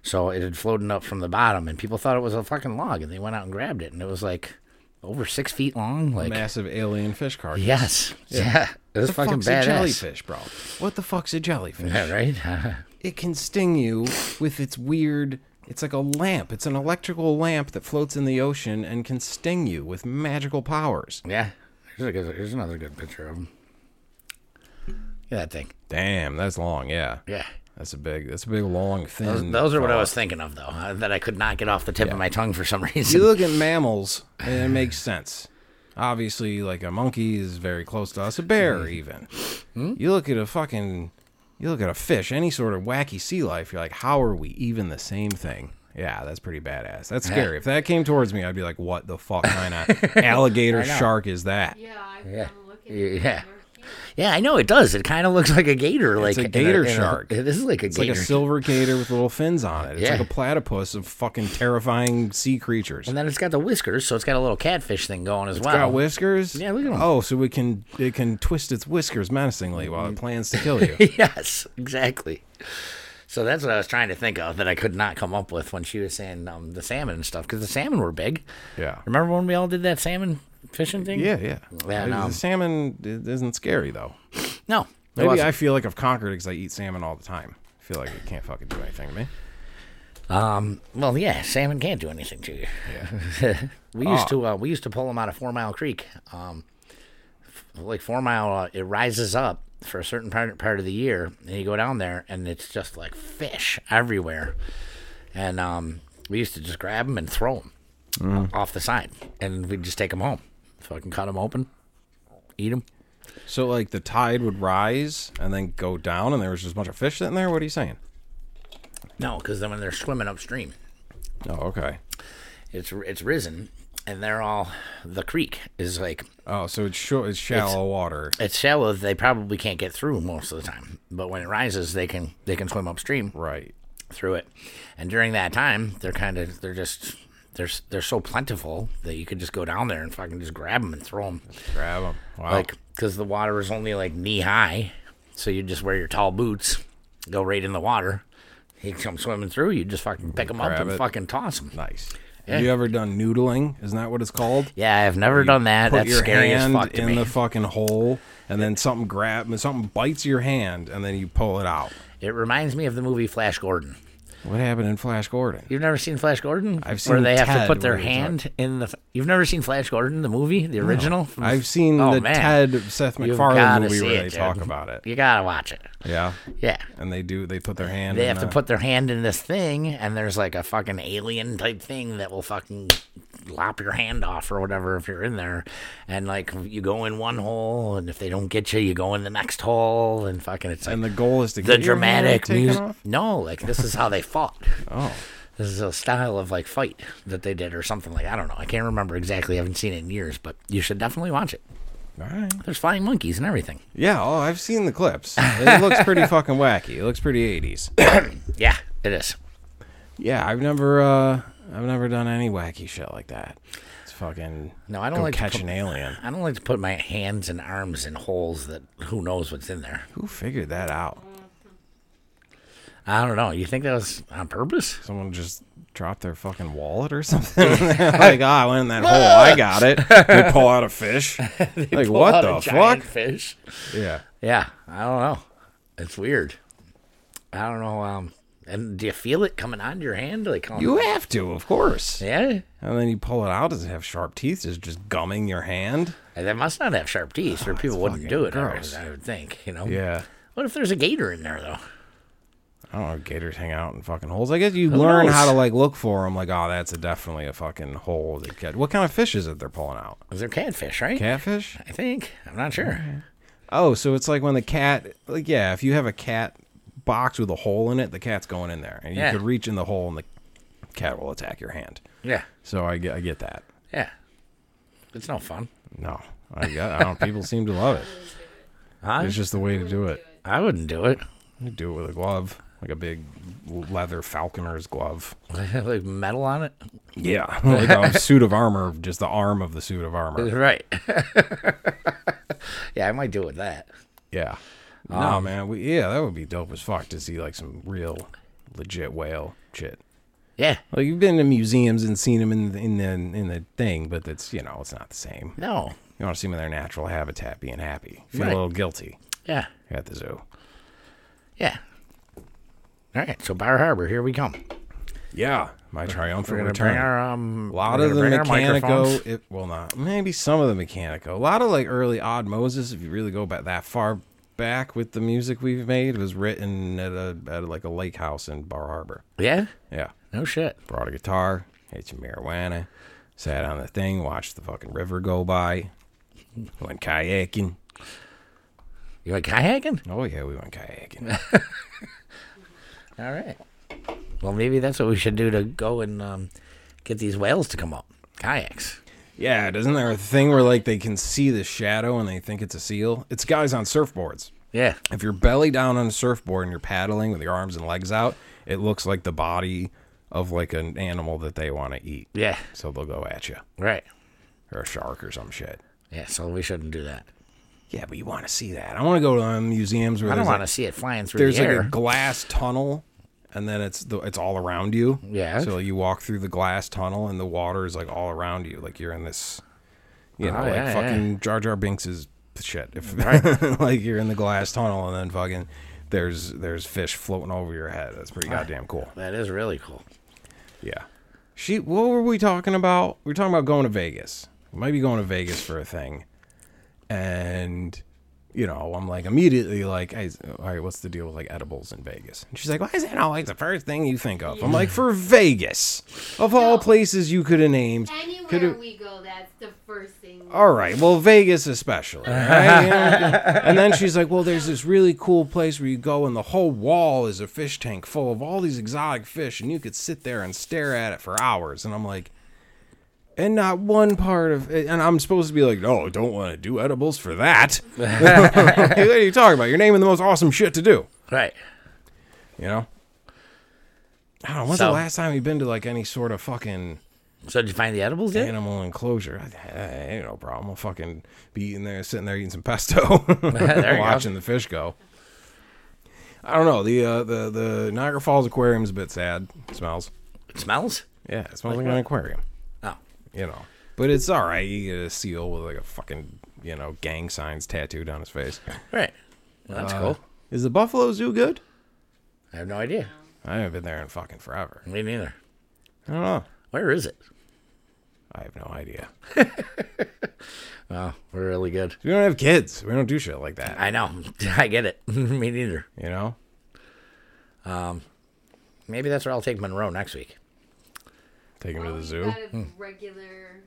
[SPEAKER 3] so it had floated up from the bottom and people thought it was a fucking log and they went out and grabbed it and it was like over six feet long like
[SPEAKER 2] Massive alien fish carcass.
[SPEAKER 3] yes yeah, it
[SPEAKER 2] What
[SPEAKER 3] was
[SPEAKER 2] the
[SPEAKER 3] fucking
[SPEAKER 2] fuck's
[SPEAKER 3] badass
[SPEAKER 2] a jellyfish, bro? What the fuck's a jellyfish?
[SPEAKER 3] yeah right *laughs*
[SPEAKER 2] it can sting you with its weird it's like a lamp it's an electrical lamp that floats in the ocean and can sting you with magical powers
[SPEAKER 3] yeah here's, a good, here's another good picture of them yeah that thing
[SPEAKER 2] damn that's long yeah
[SPEAKER 3] yeah
[SPEAKER 2] that's a big that's a big long thing
[SPEAKER 3] Those, those are what I was thinking of, though, uh, that I could not get off the tip of my tongue for some *laughs*
[SPEAKER 2] you
[SPEAKER 3] reason.
[SPEAKER 2] look at mammals and it makes sense obviously like a monkey is very close to us a
[SPEAKER 3] Hmm.
[SPEAKER 2] bear even you look at a fucking you look at a fish any sort of wacky sea life you're like how are we even the same thing yeah, that's pretty badass. That's scary. If that came towards me, I'd be like, "What the fuck kind
[SPEAKER 3] *laughs*
[SPEAKER 2] of alligator shark is that?"
[SPEAKER 4] Yeah, I've, I'm looking.
[SPEAKER 3] Yeah.
[SPEAKER 4] At them. They're huge.
[SPEAKER 3] Yeah, I know it does. It kind of looks like a gator, like
[SPEAKER 2] a
[SPEAKER 3] in
[SPEAKER 2] gator
[SPEAKER 3] in
[SPEAKER 2] shark.
[SPEAKER 3] it is like a
[SPEAKER 2] It's
[SPEAKER 3] gator,
[SPEAKER 2] like a silver gator with little fins on it. It's
[SPEAKER 3] Yeah.
[SPEAKER 2] like a platypus of fucking terrifying sea creatures.
[SPEAKER 3] and then it's got the whiskers, so it's got a little catfish thing going as
[SPEAKER 2] It's
[SPEAKER 3] well.
[SPEAKER 2] got whiskers.
[SPEAKER 3] Yeah, look at 'em.
[SPEAKER 2] Oh, so it can it can twist its whiskers menacingly while
[SPEAKER 3] Mm-hmm.
[SPEAKER 2] it plans to kill
[SPEAKER 3] *laughs*
[SPEAKER 2] you.
[SPEAKER 3] yes, exactly. So that's what I was trying to think of that I could not come up with when she was saying um, the salmon and stuff because the salmon were big.
[SPEAKER 2] yeah.
[SPEAKER 3] Remember when we all did that salmon fishing thing?
[SPEAKER 2] Yeah, yeah.
[SPEAKER 3] Yeah,
[SPEAKER 2] Uh,
[SPEAKER 3] no.
[SPEAKER 2] The salmon i- isn't scary though.
[SPEAKER 3] No. it
[SPEAKER 2] Maybe
[SPEAKER 3] wasn't.
[SPEAKER 2] I feel like I've conquered because I eat salmon all the time. I feel like it can't fucking do anything to me.
[SPEAKER 3] Well, yeah, salmon can't do anything to you. *laughs* we used to uh, we used to pull them out of Four Mile Creek. Um, f- like Four Mile, uh, it rises up for a certain part part of the year, and you go down there, and it's just like fish everywhere. And um, we used to just grab them and throw them off the side, and we'd just take them home. Fucking cut them open, eat them.
[SPEAKER 2] So like the tide would rise and then go down, and there was just a bunch of fish sitting there. What are you saying?
[SPEAKER 3] No, because then when they're swimming upstream,
[SPEAKER 2] Oh, okay.
[SPEAKER 3] it's it's risen, and they're all the creek is like
[SPEAKER 2] Oh, so it's, sh- it's shallow water.
[SPEAKER 3] it's shallow they probably can't get through most of the time but when it rises they can they can swim upstream
[SPEAKER 2] Right.
[SPEAKER 3] through it and during that time they're kind of they're just they're s- they're so plentiful that you could just go down there and fucking just grab them and throw them
[SPEAKER 2] Grab them. Wow.
[SPEAKER 3] like because the water is only like knee high so you just wear your tall boots go right in the water He come swimming through. You just fucking pick him up
[SPEAKER 2] Grab
[SPEAKER 3] and
[SPEAKER 2] it.
[SPEAKER 3] fucking toss him.
[SPEAKER 2] Nice.
[SPEAKER 3] Yeah.
[SPEAKER 2] Have you ever done noodling? Isn't that what it's called?
[SPEAKER 3] Yeah, I've never done that.
[SPEAKER 2] Put
[SPEAKER 3] That's
[SPEAKER 2] your
[SPEAKER 3] scary as
[SPEAKER 2] hand
[SPEAKER 3] fuck to
[SPEAKER 2] in
[SPEAKER 3] me.
[SPEAKER 2] the fucking hole, and then something grab, something bites your hand, and then you pull it out.
[SPEAKER 3] it reminds me of the movie Flash Gordon.
[SPEAKER 2] What happened in Flash Gordon?
[SPEAKER 3] You've never seen Flash Gordon?
[SPEAKER 2] I've
[SPEAKER 3] Where
[SPEAKER 2] seen
[SPEAKER 3] they have to
[SPEAKER 2] Ted,
[SPEAKER 3] put their
[SPEAKER 2] where it's like-
[SPEAKER 3] hand in the. You've never seen Flash Gordon, the movie, the original? From-
[SPEAKER 2] I've seen
[SPEAKER 3] Oh,
[SPEAKER 2] the
[SPEAKER 3] man.
[SPEAKER 2] Ted Seth
[SPEAKER 3] You've
[SPEAKER 2] MacFarlane
[SPEAKER 3] gotta
[SPEAKER 2] movie
[SPEAKER 3] see
[SPEAKER 2] where
[SPEAKER 3] it,
[SPEAKER 2] they
[SPEAKER 3] dude.
[SPEAKER 2] talk about it.
[SPEAKER 3] You gotta watch it.
[SPEAKER 2] Yeah,
[SPEAKER 3] Yeah.
[SPEAKER 2] and they do. They put their hand.
[SPEAKER 3] They
[SPEAKER 2] in
[SPEAKER 3] have to
[SPEAKER 2] the-
[SPEAKER 3] put their hand in this thing, and there's like a fucking alien type thing that will fucking lop your hand off or whatever if you're in there. And like you go in one hole, and if they don't get you, you go in the next hole, and fucking it's like
[SPEAKER 2] And the goal is to
[SPEAKER 3] the
[SPEAKER 2] get your hand
[SPEAKER 3] dramatic
[SPEAKER 2] taken
[SPEAKER 3] music.
[SPEAKER 2] off?
[SPEAKER 3] No, like this is how they fought.
[SPEAKER 2] *laughs* Oh,
[SPEAKER 3] This is a style of like fight that they did or something like I don't know. I can't remember exactly. I haven't seen it in years, but you should definitely watch it.
[SPEAKER 2] all right.
[SPEAKER 3] There's flying monkeys and everything.
[SPEAKER 2] Yeah. Oh, I've seen the *laughs* clips. It looks pretty fucking wacky. It looks pretty eighties.
[SPEAKER 3] Yeah, it is.
[SPEAKER 2] Yeah, I've never, uh I've never done any wacky shit like that. It's fucking.
[SPEAKER 3] No, I don't
[SPEAKER 2] go
[SPEAKER 3] like to
[SPEAKER 2] catch
[SPEAKER 3] put-
[SPEAKER 2] an alien.
[SPEAKER 3] I don't like to put my hands and arms in holes that who knows what's in there.
[SPEAKER 2] Who figured that out?
[SPEAKER 3] I don't know. You think that was on purpose?
[SPEAKER 2] Someone just dropped their fucking wallet or *laughs*
[SPEAKER 3] *laughs*
[SPEAKER 2] something. like, ah, I went in that hole. I got it. They pull out a
[SPEAKER 3] *laughs*
[SPEAKER 2] fish. like, *laughs*
[SPEAKER 3] Pull
[SPEAKER 2] what
[SPEAKER 3] out
[SPEAKER 2] the
[SPEAKER 3] a giant
[SPEAKER 2] fuck?
[SPEAKER 3] Fish.
[SPEAKER 2] Yeah.
[SPEAKER 3] Yeah, I don't know. It's weird. I don't know. Um, and do you feel it coming onto your hand? Like um,
[SPEAKER 2] You have to, of course.
[SPEAKER 3] Yeah.
[SPEAKER 2] And then you pull it out. Does it have sharp teeth? Is it just gumming your hand?
[SPEAKER 3] And That must not have sharp teeth, or people wouldn't
[SPEAKER 2] Oh, fucking
[SPEAKER 3] do it. I
[SPEAKER 2] gross.
[SPEAKER 3] would, I would think. You know.
[SPEAKER 2] Yeah.
[SPEAKER 3] What if there's a gator in there though?
[SPEAKER 2] I don't know. Gators hang out in fucking holes. I guess you learn
[SPEAKER 3] knows?
[SPEAKER 2] how to like look for them. Like, oh, that's a, definitely a fucking hole. They catch. What kind of fish is it they're pulling out?
[SPEAKER 3] Was there catfish? Right.
[SPEAKER 2] Catfish?
[SPEAKER 3] I think. I'm not sure.
[SPEAKER 2] Oh, so it's like when the cat, like, yeah, if you have a cat box with a hole in it, the cat's going in there, and you
[SPEAKER 3] Yeah.
[SPEAKER 2] could reach in the hole, and the cat will attack your hand.
[SPEAKER 3] Yeah.
[SPEAKER 2] So I get, I get that.
[SPEAKER 3] Yeah. It's no fun.
[SPEAKER 2] No, I get. I don't. People seem to love it.
[SPEAKER 3] Huh?
[SPEAKER 2] It's just the way to do it.
[SPEAKER 3] I wouldn't do it. *laughs*
[SPEAKER 2] You do it with a glove, like a big leather falconer's glove.
[SPEAKER 3] like metal on it.
[SPEAKER 2] Yeah, *laughs* like a suit of armor, just the arm of the suit of armor.
[SPEAKER 3] *laughs* Right. yeah, I might do it with that.
[SPEAKER 2] Yeah. No, man. We, yeah, that would be dope as fuck to see like some real, legit whale shit.
[SPEAKER 3] Yeah.
[SPEAKER 2] Like you've been to museums and seen them in the, in the in the thing, but it's you know it's not the same.
[SPEAKER 3] No.
[SPEAKER 2] You want to see them in their natural habitat, being happy. Feel
[SPEAKER 3] Right.
[SPEAKER 2] a little guilty
[SPEAKER 3] Yeah.
[SPEAKER 2] at the zoo.
[SPEAKER 3] Yeah. All right. So Bar Harbor, here we come.
[SPEAKER 2] Yeah, my
[SPEAKER 3] We're
[SPEAKER 2] triumphant
[SPEAKER 3] gonna bring
[SPEAKER 2] return.
[SPEAKER 3] our um.
[SPEAKER 2] a lot
[SPEAKER 3] we're
[SPEAKER 2] of the
[SPEAKER 3] gonna bring our microphones.
[SPEAKER 2] Mechanico, it, well, not maybe some of the Mechanico. A lot of like early Odd Moses, if you really go back that far back with the music we've made, was written at a at like a lake house in Bar Harbor.
[SPEAKER 3] Yeah.
[SPEAKER 2] Yeah,
[SPEAKER 3] No shit.
[SPEAKER 2] brought a guitar, hit some marijuana, sat on the thing, watched the fucking river go by, went kayaking.
[SPEAKER 3] You went kayaking?
[SPEAKER 2] Oh yeah, we went
[SPEAKER 3] *laughs*
[SPEAKER 2] kayaking.
[SPEAKER 3] All right. Well, maybe that's what we should do to go and um, get these whales to come up. Kayaks.
[SPEAKER 2] yeah, doesn't there a thing where like they can see the shadow and they think it's a seal? It's guys on surfboards.
[SPEAKER 3] Yeah.
[SPEAKER 2] If you're belly down on a surfboard and you're paddling with your arms and legs out, it looks like the body of like an animal that they want to eat.
[SPEAKER 3] Yeah.
[SPEAKER 2] So they'll go at you
[SPEAKER 3] Right.
[SPEAKER 2] or a shark or some shit.
[SPEAKER 3] Yeah. So we shouldn't do that.
[SPEAKER 2] Yeah, but you want to see that. I want to go to um, museums where
[SPEAKER 3] I don't
[SPEAKER 2] there's
[SPEAKER 3] want
[SPEAKER 2] like-
[SPEAKER 3] to see it flying through
[SPEAKER 2] there's
[SPEAKER 3] the
[SPEAKER 2] like
[SPEAKER 3] air.
[SPEAKER 2] a glass tunnel and then it's the it's all around you
[SPEAKER 3] Yeah.
[SPEAKER 2] so you walk through the glass tunnel and the water is like all around you like you're in this you know
[SPEAKER 3] Oh,
[SPEAKER 2] like
[SPEAKER 3] yeah,
[SPEAKER 2] fucking jar jar binks's shit
[SPEAKER 3] *laughs*
[SPEAKER 2] if *laughs* like you're in the glass tunnel and then fucking there's there's fish floating over your head that's pretty goddamn cool
[SPEAKER 3] that is really cool.
[SPEAKER 2] yeah she what were we talking about we were talking about going to vegas we might be going to vegas for a thing and you know, I'm like immediately like, hey, all right, what's the deal with like edibles in Vegas? And she's like, why is that always the first thing you think of? I'm like, for Vegas, of all
[SPEAKER 4] No.
[SPEAKER 2] places you could have named.
[SPEAKER 4] Anywhere
[SPEAKER 2] could have-
[SPEAKER 4] we go, that's the first thing.
[SPEAKER 2] all right, well, Vegas especially. all right? You know? and then she's like, well, there's this really cool place where you go and the whole wall is a fish tank full of all these exotic fish, and you could sit there and stare at it for hours. And I'm like. And not one part of it. And I'm supposed to be like, no, don't want to do edibles for that. *laughs* what are you talking about? You're naming the most awesome shit to do.
[SPEAKER 3] Right.
[SPEAKER 2] You know? I don't know. When's
[SPEAKER 3] So-
[SPEAKER 2] the last time you've been to like any sort of fucking
[SPEAKER 3] So did you find the edibles yet?
[SPEAKER 2] animal enclosure? I, I, I ain't no problem. I'll fucking *laughs* be eating there, sitting there eating some pesto,
[SPEAKER 3] you go.
[SPEAKER 2] watching the fish go. I don't know. The uh, the the Niagara Falls Aquarium is a bit sad. It smells.
[SPEAKER 3] It smells?
[SPEAKER 2] Yeah, it smells like, an aquarium.
[SPEAKER 3] Oh.
[SPEAKER 2] You know, but it's all right. You get a seal with like a fucking you know gang signs tattooed on his face.
[SPEAKER 3] Right. Well,
[SPEAKER 2] Uh,
[SPEAKER 3] that's cool.
[SPEAKER 2] Is the Buffalo Zoo good?
[SPEAKER 3] I have no idea.
[SPEAKER 2] I haven't been there in fucking forever.
[SPEAKER 3] Me neither.
[SPEAKER 2] I don't know.
[SPEAKER 3] Where is it?
[SPEAKER 2] I have no idea.
[SPEAKER 3] Oh, we're really good.
[SPEAKER 2] We don't have kids. We don't do shit like that.
[SPEAKER 3] I know. *laughs* I get it. Me neither.
[SPEAKER 2] You know?
[SPEAKER 3] Maybe that's where I'll take Monroe next week.
[SPEAKER 2] Take him to the
[SPEAKER 4] We've
[SPEAKER 2] zoo.
[SPEAKER 4] got a
[SPEAKER 3] Hmm.
[SPEAKER 4] regular.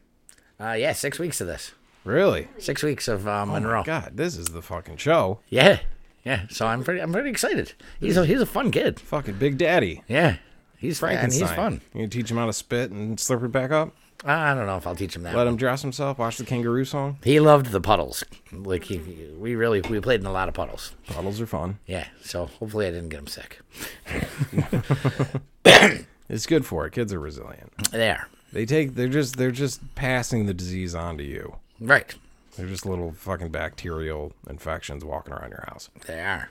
[SPEAKER 3] Uh, yeah, six weeks of this.
[SPEAKER 2] Really?
[SPEAKER 3] Six weeks of uh,
[SPEAKER 2] Oh my
[SPEAKER 3] Monroe.
[SPEAKER 2] God, this is the fucking show.
[SPEAKER 3] yeah, yeah. So I'm pretty, I'm pretty excited. He's a, he's a fun kid.
[SPEAKER 2] Fucking Big Daddy.
[SPEAKER 3] Yeah, he's and he's fun.
[SPEAKER 2] You gonna teach him how to spit and slurp it back up?
[SPEAKER 3] I I don't know if I'll teach him that.
[SPEAKER 2] Let him dress himself. Watch the kangaroo song.
[SPEAKER 3] he loved the puddles. Like he, we really we played in a lot of puddles.
[SPEAKER 2] Puddles are fun.
[SPEAKER 3] Yeah. So hopefully I didn't get him sick.
[SPEAKER 2] It's good for it. Kids are resilient.
[SPEAKER 3] There.
[SPEAKER 2] They take. They're just. They're just passing the disease on to you.
[SPEAKER 3] Right.
[SPEAKER 2] They're just little fucking bacterial infections walking around your house.
[SPEAKER 3] They are.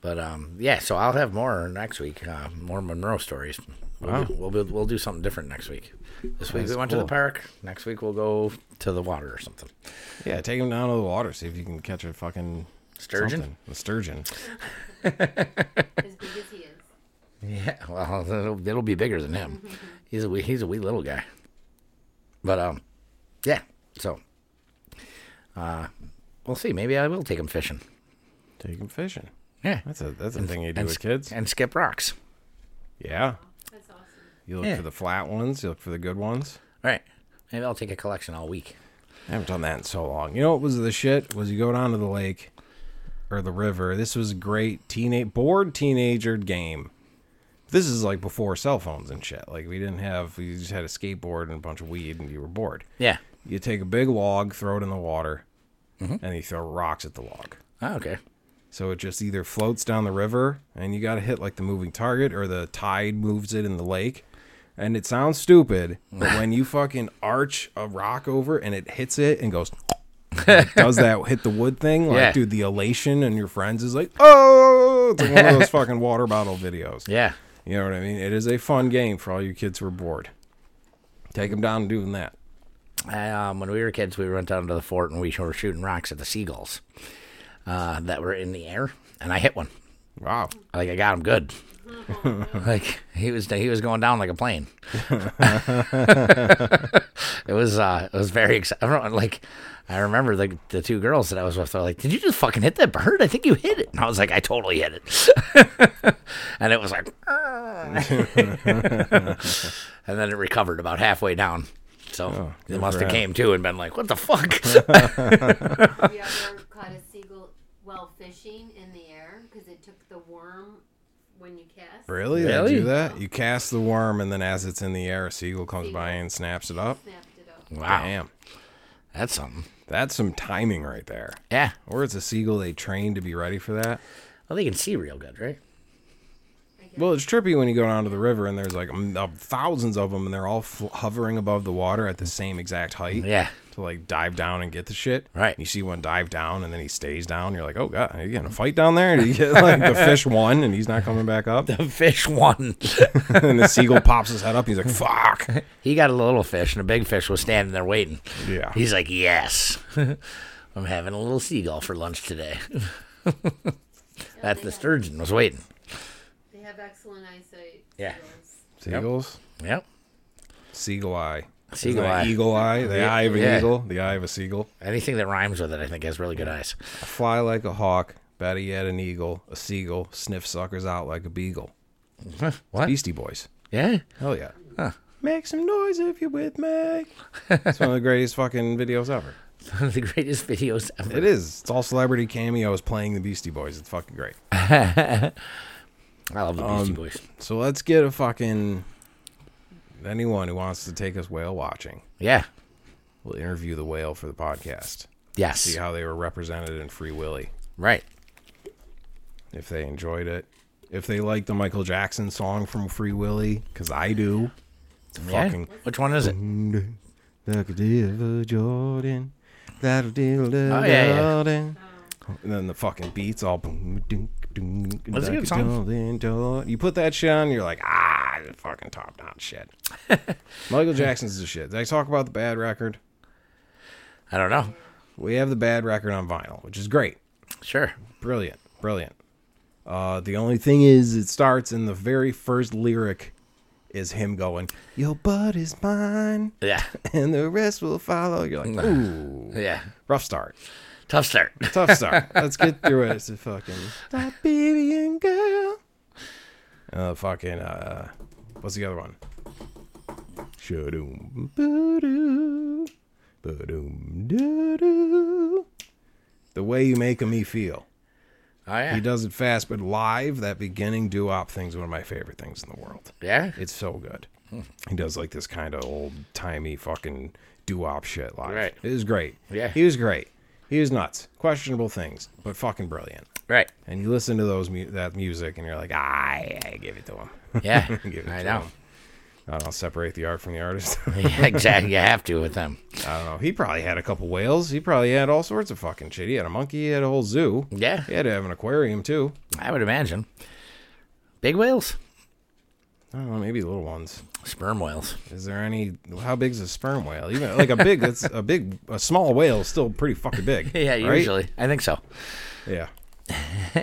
[SPEAKER 3] But um, yeah. So I'll have more next week. Uh, more Monroe stories. We'll,
[SPEAKER 2] Wow.
[SPEAKER 3] do, we'll, do- we'll do something different next week. This week we
[SPEAKER 2] That's
[SPEAKER 3] went to
[SPEAKER 2] cool.
[SPEAKER 3] the park. Next week we'll go to the water or something.
[SPEAKER 2] Yeah, take him down to the water. See if you can catch a fucking
[SPEAKER 3] Sturgeon?
[SPEAKER 2] something. A sturgeon.
[SPEAKER 4] as big as he is.
[SPEAKER 3] *laughs* Yeah, well, it'll, it'll be bigger than him. He's a wee, he's a wee little guy. But um, yeah. So, uh, we'll see. Maybe I will take him fishing.
[SPEAKER 2] Take him fishing.
[SPEAKER 3] Yeah,
[SPEAKER 2] That's a that's a thing you do
[SPEAKER 3] and
[SPEAKER 2] with
[SPEAKER 3] sk-
[SPEAKER 2] kids.
[SPEAKER 3] and skip rocks.
[SPEAKER 2] Yeah. *laughs*
[SPEAKER 4] That's awesome.
[SPEAKER 2] You look
[SPEAKER 3] Yeah.
[SPEAKER 2] for the flat ones. You look for the good ones.
[SPEAKER 3] All right. Maybe I'll take a collection all week.
[SPEAKER 2] I haven't done that in so long. You know what was the shit? Was you go down to the lake or the river. This was a great teenage bored teenager game. This is like before cell phones and shit. Like we didn't have you just had a skateboard and a bunch of weed and you were bored.
[SPEAKER 3] Yeah.
[SPEAKER 2] You take a big log, throw it in the water, and you throw rocks at the log.
[SPEAKER 3] Oh, okay.
[SPEAKER 2] So it just either floats down the river and you got to hit like the moving target or the tide moves it in the lake. And it sounds stupid,
[SPEAKER 3] *laughs*
[SPEAKER 2] but when you fucking arch a rock over and it hits it and goes, *laughs* does that hit the wood thing? Like,
[SPEAKER 3] Yeah.
[SPEAKER 2] dude, the elation and your friends is like, oh, it's like one
[SPEAKER 3] *laughs*
[SPEAKER 2] of those fucking water bottle videos.
[SPEAKER 3] Yeah.
[SPEAKER 2] You know what I mean? It is a fun game for all you kids who are bored. Take them down and doing that.
[SPEAKER 3] I, um, when we were kids, we went down to the fort and we were shooting rocks at the seagulls uh, that were in the air, and I hit one.
[SPEAKER 2] Wow.
[SPEAKER 3] Like I got him good.
[SPEAKER 2] *laughs*
[SPEAKER 3] like he was he was going down like
[SPEAKER 2] *laughs*
[SPEAKER 3] a plane. it was uh it was very exciting. Like I remember the the two girls that I was with they were like, "Did you just fucking hit that bird? I think you hit it." And I was like, "I totally hit it." *laughs* and it was like, *laughs* and then it recovered about halfway down. So it
[SPEAKER 2] Oh, good
[SPEAKER 3] must
[SPEAKER 2] for
[SPEAKER 3] have
[SPEAKER 2] him.
[SPEAKER 3] came to and been like, "What the fuck?"
[SPEAKER 2] *laughs*
[SPEAKER 4] We ever caught a seagull while fishing in the air because it took the worm when you cast.
[SPEAKER 2] Really? They
[SPEAKER 3] Really?
[SPEAKER 2] do that? You cast the worm, and then as it's in the air, a seagull comes by and snaps it up.
[SPEAKER 4] Snapped it up.
[SPEAKER 3] wow,
[SPEAKER 2] Damn.
[SPEAKER 3] that's something.
[SPEAKER 2] That's some timing right there.
[SPEAKER 3] Yeah,
[SPEAKER 2] Or it's a seagull they trained to be ready for that.
[SPEAKER 3] well, they can see real good, right?
[SPEAKER 2] Well, it's trippy when you go down to the river and there's like um, uh, thousands of them and they're all fl- hovering above the water at the same exact height.
[SPEAKER 3] Yeah.
[SPEAKER 2] To like dive down and get the shit.
[SPEAKER 3] Right.
[SPEAKER 2] You see one dive down and then he stays down. You're like, oh god, are you getting a fight down there? And you get like
[SPEAKER 3] *laughs*
[SPEAKER 2] the fish won and he's not coming back up.
[SPEAKER 3] The fish *laughs* won.
[SPEAKER 2] and the seagull pops his head up. And he's like,
[SPEAKER 3] *laughs*
[SPEAKER 2] fuck.
[SPEAKER 3] He got a little fish, and a big fish was standing there waiting.
[SPEAKER 2] Yeah.
[SPEAKER 3] He's like, Yes, *laughs* I'm having a little seagull for lunch today. *laughs* That's the sturgeon was waiting.
[SPEAKER 4] They have excellent eyesight.
[SPEAKER 3] Yeah.
[SPEAKER 4] seagulls.
[SPEAKER 2] Seagulls.
[SPEAKER 3] Yep.
[SPEAKER 2] Seagull eye.
[SPEAKER 3] Seagull
[SPEAKER 2] Isn't that
[SPEAKER 3] eye.
[SPEAKER 2] Eagle eye. The eye of an
[SPEAKER 3] Yeah.
[SPEAKER 2] eagle. The eye of a seagull.
[SPEAKER 3] Anything that rhymes with it, I think, has really
[SPEAKER 2] *laughs*
[SPEAKER 3] good eyes.
[SPEAKER 2] Fly like a hawk. Better yet, an eagle. A seagull. Sniff suckers out like a beagle.
[SPEAKER 3] What?
[SPEAKER 2] Beastie Boys.
[SPEAKER 3] Yeah. *laughs*
[SPEAKER 2] Hell yeah. Make some noise if you're with me. It's one of the greatest fucking videos ever.
[SPEAKER 3] One of the greatest videos ever.
[SPEAKER 2] *laughs* It is. It's all celebrity cameos playing the Beastie Boys. It's fucking great.
[SPEAKER 3] I love the
[SPEAKER 2] Um,
[SPEAKER 3] Beastie Boys.
[SPEAKER 2] So let's get a fucking anyone who wants to take us whale watching.
[SPEAKER 3] Yeah.
[SPEAKER 2] We'll interview the whale for the podcast.
[SPEAKER 3] Yes.
[SPEAKER 2] See how they were represented in Free Willy.
[SPEAKER 3] Right.
[SPEAKER 2] If they enjoyed it. If they like the Michael Jackson song from Free Willy, because I do. It's a
[SPEAKER 3] Yeah.
[SPEAKER 2] fucking Mm-hmm.
[SPEAKER 3] Which one is it?
[SPEAKER 2] Like a diva Jordan. That a diddle
[SPEAKER 3] yeah, yeah.
[SPEAKER 2] Jordan. And then the fucking beats all boom, dink, That's
[SPEAKER 3] a good
[SPEAKER 2] song. You put that shit on, you're like, ah, fucking top notch shit. Michael Jackson's the shit. Did I talk about the bad record?
[SPEAKER 3] I don't know.
[SPEAKER 2] We have the bad record on vinyl, which is great.
[SPEAKER 3] Sure.
[SPEAKER 2] Brilliant. Brilliant. Uh, the only thing is, it starts in the very first lyric is him going, Your butt is mine,
[SPEAKER 3] Yeah. *laughs*
[SPEAKER 2] and the rest will follow. You're *laughs* like, ooh,
[SPEAKER 3] Yeah.
[SPEAKER 2] rough start.
[SPEAKER 3] Tough start. *laughs*
[SPEAKER 2] Tough *laughs* start. Let's get through it. It's a fucking stop beating girl. Uh, fucking uh, what's the other one? Shadoom boo boom doo doo. The way you make me feel.
[SPEAKER 3] Oh yeah.
[SPEAKER 2] He does it fast, but live that beginning doo wop thing's one of my favorite things in the world.
[SPEAKER 3] Yeah.
[SPEAKER 2] It's so good.
[SPEAKER 3] Hmm.
[SPEAKER 2] He does like this kind of old timey fucking doo wop shit live.
[SPEAKER 3] Right.
[SPEAKER 2] It was great.
[SPEAKER 3] Yeah.
[SPEAKER 2] He was great. He was nuts. Questionable things, but fucking brilliant.
[SPEAKER 3] Right.
[SPEAKER 2] And you listen to those mu- that music and you're like, ah, yeah, give it to him. *laughs*
[SPEAKER 3] Yeah.
[SPEAKER 2] Give it
[SPEAKER 3] I
[SPEAKER 2] to
[SPEAKER 3] know.
[SPEAKER 2] him. I don't know, separate the art from the artist.
[SPEAKER 3] *laughs*
[SPEAKER 2] *laughs*
[SPEAKER 3] yeah, exactly. You have to with them.
[SPEAKER 2] I don't know. He probably had a couple whales. He probably had all sorts of fucking shit. He had a monkey. He had a whole zoo.
[SPEAKER 3] Yeah.
[SPEAKER 2] He had to have an aquarium too.
[SPEAKER 3] I would imagine. Big whales.
[SPEAKER 2] I don't know, maybe little ones.
[SPEAKER 3] Sperm whales.
[SPEAKER 2] Is there any? How big's a sperm whale? Even like a big, that's a big, a small whale is still pretty fucking big.
[SPEAKER 3] *laughs* *laughs* Yeah,
[SPEAKER 2] right?
[SPEAKER 3] usually. I think so.
[SPEAKER 2] Yeah,
[SPEAKER 3] *laughs*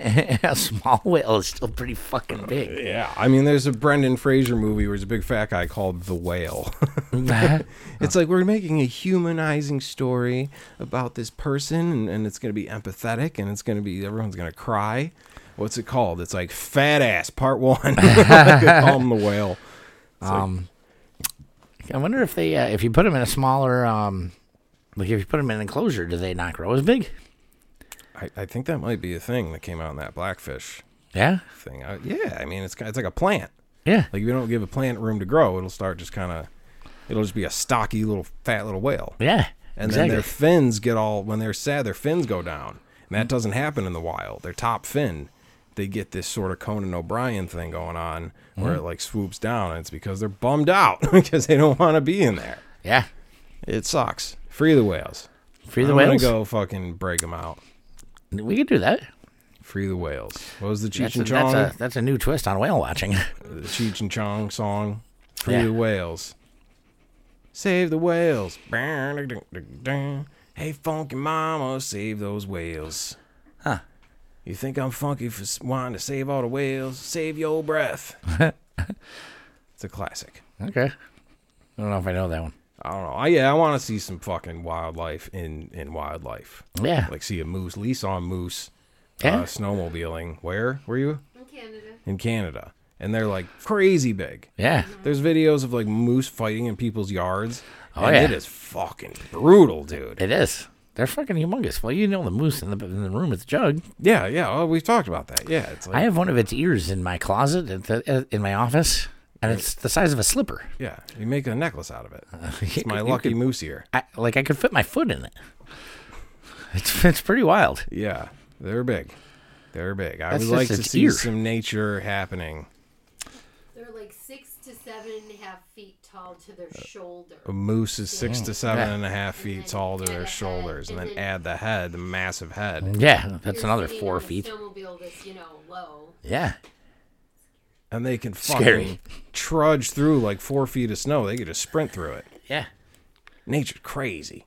[SPEAKER 3] a small whale is still pretty fucking
[SPEAKER 2] *laughs*
[SPEAKER 3] big. *laughs*
[SPEAKER 2] yeah. I mean, there's a Brendan Fraser movie where there's a big fat guy called the whale. *laughs* it's like we're making a humanizing story about this person, and, and it's gonna be empathetic, and it's gonna be everyone's gonna cry. What's it called? It's like fat ass part one. *laughs* They call him the whale.
[SPEAKER 3] I wonder if they, uh, if you put them in a smaller, um, like if you put them in an enclosure, do they not grow as big?
[SPEAKER 2] I, I think that might be a thing that came out in that blackfish
[SPEAKER 3] Yeah.
[SPEAKER 2] thing. I, yeah, I mean, it's it's like a plant.
[SPEAKER 3] Yeah.
[SPEAKER 2] Like if you don't give a plant room to grow, it'll start just kind of, it'll just be a stocky little fat little whale.
[SPEAKER 3] Yeah.
[SPEAKER 2] And
[SPEAKER 3] exactly.
[SPEAKER 2] then
[SPEAKER 3] Mm.
[SPEAKER 2] their fins get all when they're sad, their fins go down, and that doesn't happen in the wild. Their top fin, they get this sort of Conan O'Brien thing going on where
[SPEAKER 3] Mm-hmm.
[SPEAKER 2] it like swoops down, and it's because they're bummed out *laughs* because they don't want to be in there.
[SPEAKER 3] yeah.
[SPEAKER 2] It sucks. Free the whales.
[SPEAKER 3] Free the
[SPEAKER 2] I'm
[SPEAKER 3] whales.
[SPEAKER 2] gonna go fucking break them out.
[SPEAKER 3] We could do that.
[SPEAKER 2] Free the whales. What was the Cheech
[SPEAKER 3] That's a,
[SPEAKER 2] and
[SPEAKER 3] that's
[SPEAKER 2] Chong?
[SPEAKER 3] a that's a new twist on whale watching. *laughs*
[SPEAKER 2] the Cheech and Chong song, Free
[SPEAKER 3] Yeah.
[SPEAKER 2] the Whales. Save the whales. Hey, funky mama, save those whales.
[SPEAKER 3] Huh.
[SPEAKER 2] You think I'm funky for s- wanting to save all the whales? Save your
[SPEAKER 3] *laughs*
[SPEAKER 2] breath. it's a classic.
[SPEAKER 3] okay. I don't know if I know that one.
[SPEAKER 2] I don't know. I, yeah, I want to see some fucking wildlife in, in wildlife.
[SPEAKER 3] Yeah.
[SPEAKER 2] Like see a moose. Lee saw a moose
[SPEAKER 3] Yeah.
[SPEAKER 2] uh, snowmobiling. Where were you?
[SPEAKER 4] In Canada.
[SPEAKER 2] In Canada. And they're like crazy big.
[SPEAKER 3] yeah.
[SPEAKER 2] There's videos of like moose fighting in people's yards.
[SPEAKER 3] Oh,
[SPEAKER 2] and
[SPEAKER 3] yeah.
[SPEAKER 2] it is fucking brutal, dude.
[SPEAKER 3] It is. They're fucking humongous. Well, you know the moose in the in the room with the jug.
[SPEAKER 2] Yeah, yeah. Oh, we've talked about that. Yeah, it's like
[SPEAKER 3] I have one of its ears in my closet at the, in my office, and it's the size of a slipper.
[SPEAKER 2] yeah. You make a necklace out
[SPEAKER 3] *laughs*
[SPEAKER 2] of it. It's my lucky moose ear.
[SPEAKER 3] I, like I could fit my foot in it. It's *laughs* it's pretty wild.
[SPEAKER 2] Yeah, they're big. They're big. I
[SPEAKER 3] That's
[SPEAKER 2] would like
[SPEAKER 3] just
[SPEAKER 2] to
[SPEAKER 3] its
[SPEAKER 2] see
[SPEAKER 3] ear.
[SPEAKER 2] some nature happening.
[SPEAKER 4] They're like six to seven and a half feet tall to their
[SPEAKER 2] Uh,
[SPEAKER 4] shoulder.
[SPEAKER 2] A moose is six to seven
[SPEAKER 3] Yeah.
[SPEAKER 2] and a half feet
[SPEAKER 4] then
[SPEAKER 2] tall to
[SPEAKER 4] add a
[SPEAKER 2] their
[SPEAKER 4] head,
[SPEAKER 2] shoulders, and
[SPEAKER 4] and
[SPEAKER 2] then
[SPEAKER 4] then-
[SPEAKER 2] add the head, the massive head,
[SPEAKER 3] Yeah, that's
[SPEAKER 4] You're
[SPEAKER 3] another
[SPEAKER 4] sitting
[SPEAKER 3] four
[SPEAKER 4] on a
[SPEAKER 3] feet.
[SPEAKER 4] Snowmobile that's you know low.
[SPEAKER 3] Yeah,
[SPEAKER 2] and they can fucking
[SPEAKER 3] Scary.
[SPEAKER 2] trudge through like four feet of snow. They could just sprint through it.
[SPEAKER 3] yeah,
[SPEAKER 2] Nature's crazy.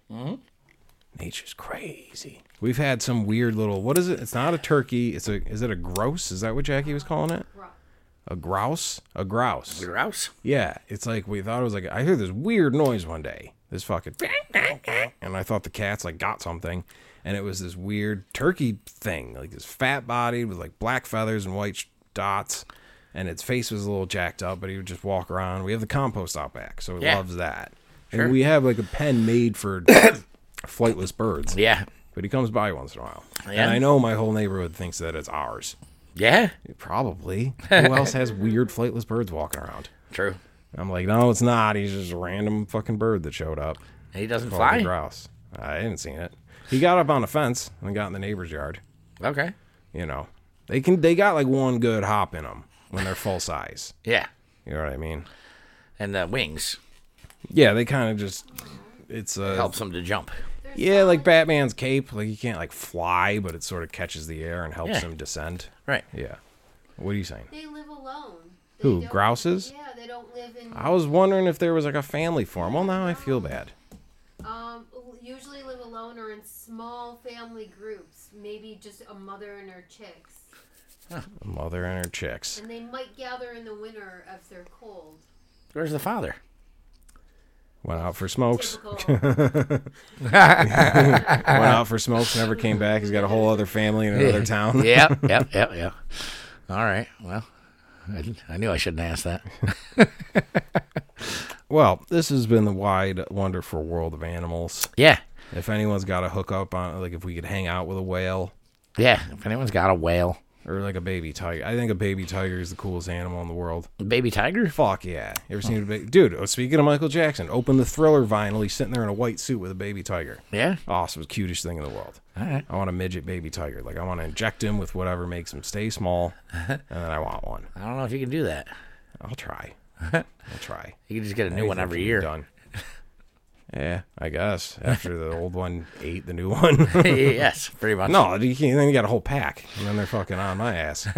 [SPEAKER 2] Nature's crazy. We've had some weird little. What is it? It's not a turkey. It's a. Is it a grouse? Is that what Jackie was calling it? A grouse. A grouse.
[SPEAKER 3] grouse.
[SPEAKER 2] Yeah. It's like we thought it was like. I heard this weird noise one day. This fucking. And I thought the cats like got something, and it was this weird turkey thing, like this fat body with like black feathers and white sh- dots, and its face was a little jacked up, but he would just walk around. We have the compost out back, so he
[SPEAKER 3] Yeah.
[SPEAKER 2] loves that.
[SPEAKER 3] Sure.
[SPEAKER 2] And we have like a pen made
[SPEAKER 3] *coughs*
[SPEAKER 2] for flightless birds.
[SPEAKER 3] Yeah,
[SPEAKER 2] But he comes by once in a while.
[SPEAKER 3] Yeah.
[SPEAKER 2] And I know my whole neighborhood thinks that it's ours.
[SPEAKER 3] yeah,
[SPEAKER 2] Probably.
[SPEAKER 3] *laughs*
[SPEAKER 2] Who else has weird flightless birds walking around?
[SPEAKER 3] true.
[SPEAKER 2] I'm like, no, it's not. He's just a random fucking bird that showed up.
[SPEAKER 3] And he doesn't
[SPEAKER 2] Called a
[SPEAKER 3] fly.
[SPEAKER 2] grouse. I didn't see it. He got up on a fence and got in the neighbor's yard.
[SPEAKER 3] Okay.
[SPEAKER 2] You know, they can. They got like one good hop in them when they're full size.
[SPEAKER 3] Yeah,
[SPEAKER 2] You know what I mean?
[SPEAKER 3] and the wings
[SPEAKER 2] Yeah, they kind of just. It's a
[SPEAKER 3] Uh, helps him to jump.
[SPEAKER 4] They're
[SPEAKER 2] Yeah, like Batman's cape. Like he can't like fly, but it sort of catches the air and helps
[SPEAKER 3] Yeah.
[SPEAKER 2] him descend.
[SPEAKER 3] Right.
[SPEAKER 2] Yeah. What are you saying?
[SPEAKER 4] They live alone. They
[SPEAKER 2] Who,
[SPEAKER 4] don't-
[SPEAKER 2] grouses?
[SPEAKER 4] Yeah, they don't live in.
[SPEAKER 2] I was wondering if there was like a family for him. Well, now I feel bad.
[SPEAKER 4] Um, usually live alone or in small family groups. Maybe just a mother and her chicks.
[SPEAKER 2] A mother and her chicks.
[SPEAKER 4] And they might gather in the winter if they're cold.
[SPEAKER 3] Where's the father?
[SPEAKER 2] Went out for smokes. *laughs*
[SPEAKER 4] Typical.
[SPEAKER 2] Went out for smokes. Never came back. He's got a whole other family in another town.
[SPEAKER 3] *laughs* yep, yep, yep, yep. All right. Well, I, I knew I shouldn't ask that.
[SPEAKER 2] *laughs* Well, this has been the wide, wonderful world of animals.
[SPEAKER 3] Yeah.
[SPEAKER 2] If anyone's got a hookup on, like if we could hang out with a whale
[SPEAKER 3] Yeah. If anyone's got a whale,
[SPEAKER 2] or like a baby tiger, I think a baby tiger is the coolest animal in the world.
[SPEAKER 3] baby tiger?
[SPEAKER 2] Fuck yeah! You ever seen a baby dude? oh, Speaking of Michael Jackson, open the Thriller vinyl. He's sitting there in a white suit with a baby tiger.
[SPEAKER 3] Yeah.
[SPEAKER 2] Awesome, cutest thing in the world.
[SPEAKER 3] All right.
[SPEAKER 2] I want a midget baby tiger. Like I want to inject him with whatever makes him stay small, and then I want one.
[SPEAKER 3] I don't know if you can do that.
[SPEAKER 2] I'll try. I'll try.
[SPEAKER 3] You can just get a new one
[SPEAKER 2] Anything
[SPEAKER 3] every
[SPEAKER 2] can be
[SPEAKER 3] year.
[SPEAKER 2] Done. Yeah, I guess after the old one ate the new
[SPEAKER 3] *laughs*
[SPEAKER 2] one.
[SPEAKER 3] *laughs* yes, pretty much.
[SPEAKER 2] no, you can't, then you got a whole pack, and then they're fucking on my ass.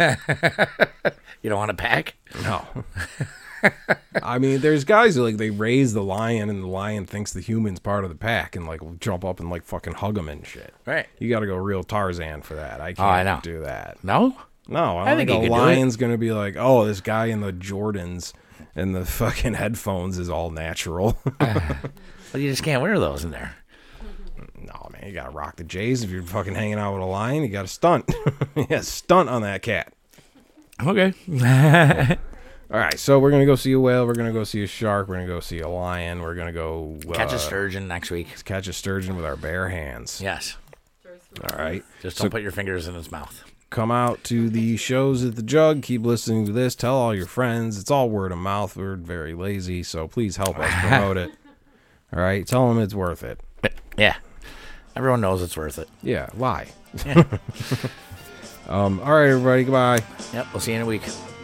[SPEAKER 3] You don't want a pack? *laughs*
[SPEAKER 2] No. I mean, there's guys who like they raise the lion, and the lion thinks the human's part of the pack, and like will jump up and like fucking hug him and shit.
[SPEAKER 3] Right.
[SPEAKER 2] You got to go real Tarzan for that. I can't
[SPEAKER 3] Oh, I know.
[SPEAKER 2] do that.
[SPEAKER 3] No?
[SPEAKER 2] No, I, don't think,
[SPEAKER 3] think you
[SPEAKER 2] a
[SPEAKER 3] could do it.
[SPEAKER 2] lion's gonna be like, oh, this guy in the Jordans and the fucking *laughs* headphones is all natural. *laughs*
[SPEAKER 3] Well, you just can't wear those in there.
[SPEAKER 2] no, man, you gotta rock the J's if you're fucking hanging out with a lion. You got to stunt. *laughs* yeah, stunt on that cat.
[SPEAKER 3] Okay.
[SPEAKER 2] All right, so we're gonna go see a whale. We're gonna go see a shark. We're gonna go see a lion. We're gonna go uh,
[SPEAKER 3] *laughs* Catch a sturgeon next week.
[SPEAKER 2] catch a sturgeon with our bare hands.
[SPEAKER 3] Yes.
[SPEAKER 2] All right.
[SPEAKER 3] Just don't put your fingers in its mouth.
[SPEAKER 2] Come out to the shows at the Jug. Keep listening to this. Tell all your friends. It's all word of mouth. We're very lazy, so please help us promote
[SPEAKER 3] *laughs*
[SPEAKER 2] it. All right. Tell them it's worth it.
[SPEAKER 3] Yeah. Everyone knows it's worth it.
[SPEAKER 2] Yeah. Lie. *laughs* um, all right, everybody. Goodbye.
[SPEAKER 3] Yep. We'll see you in a week.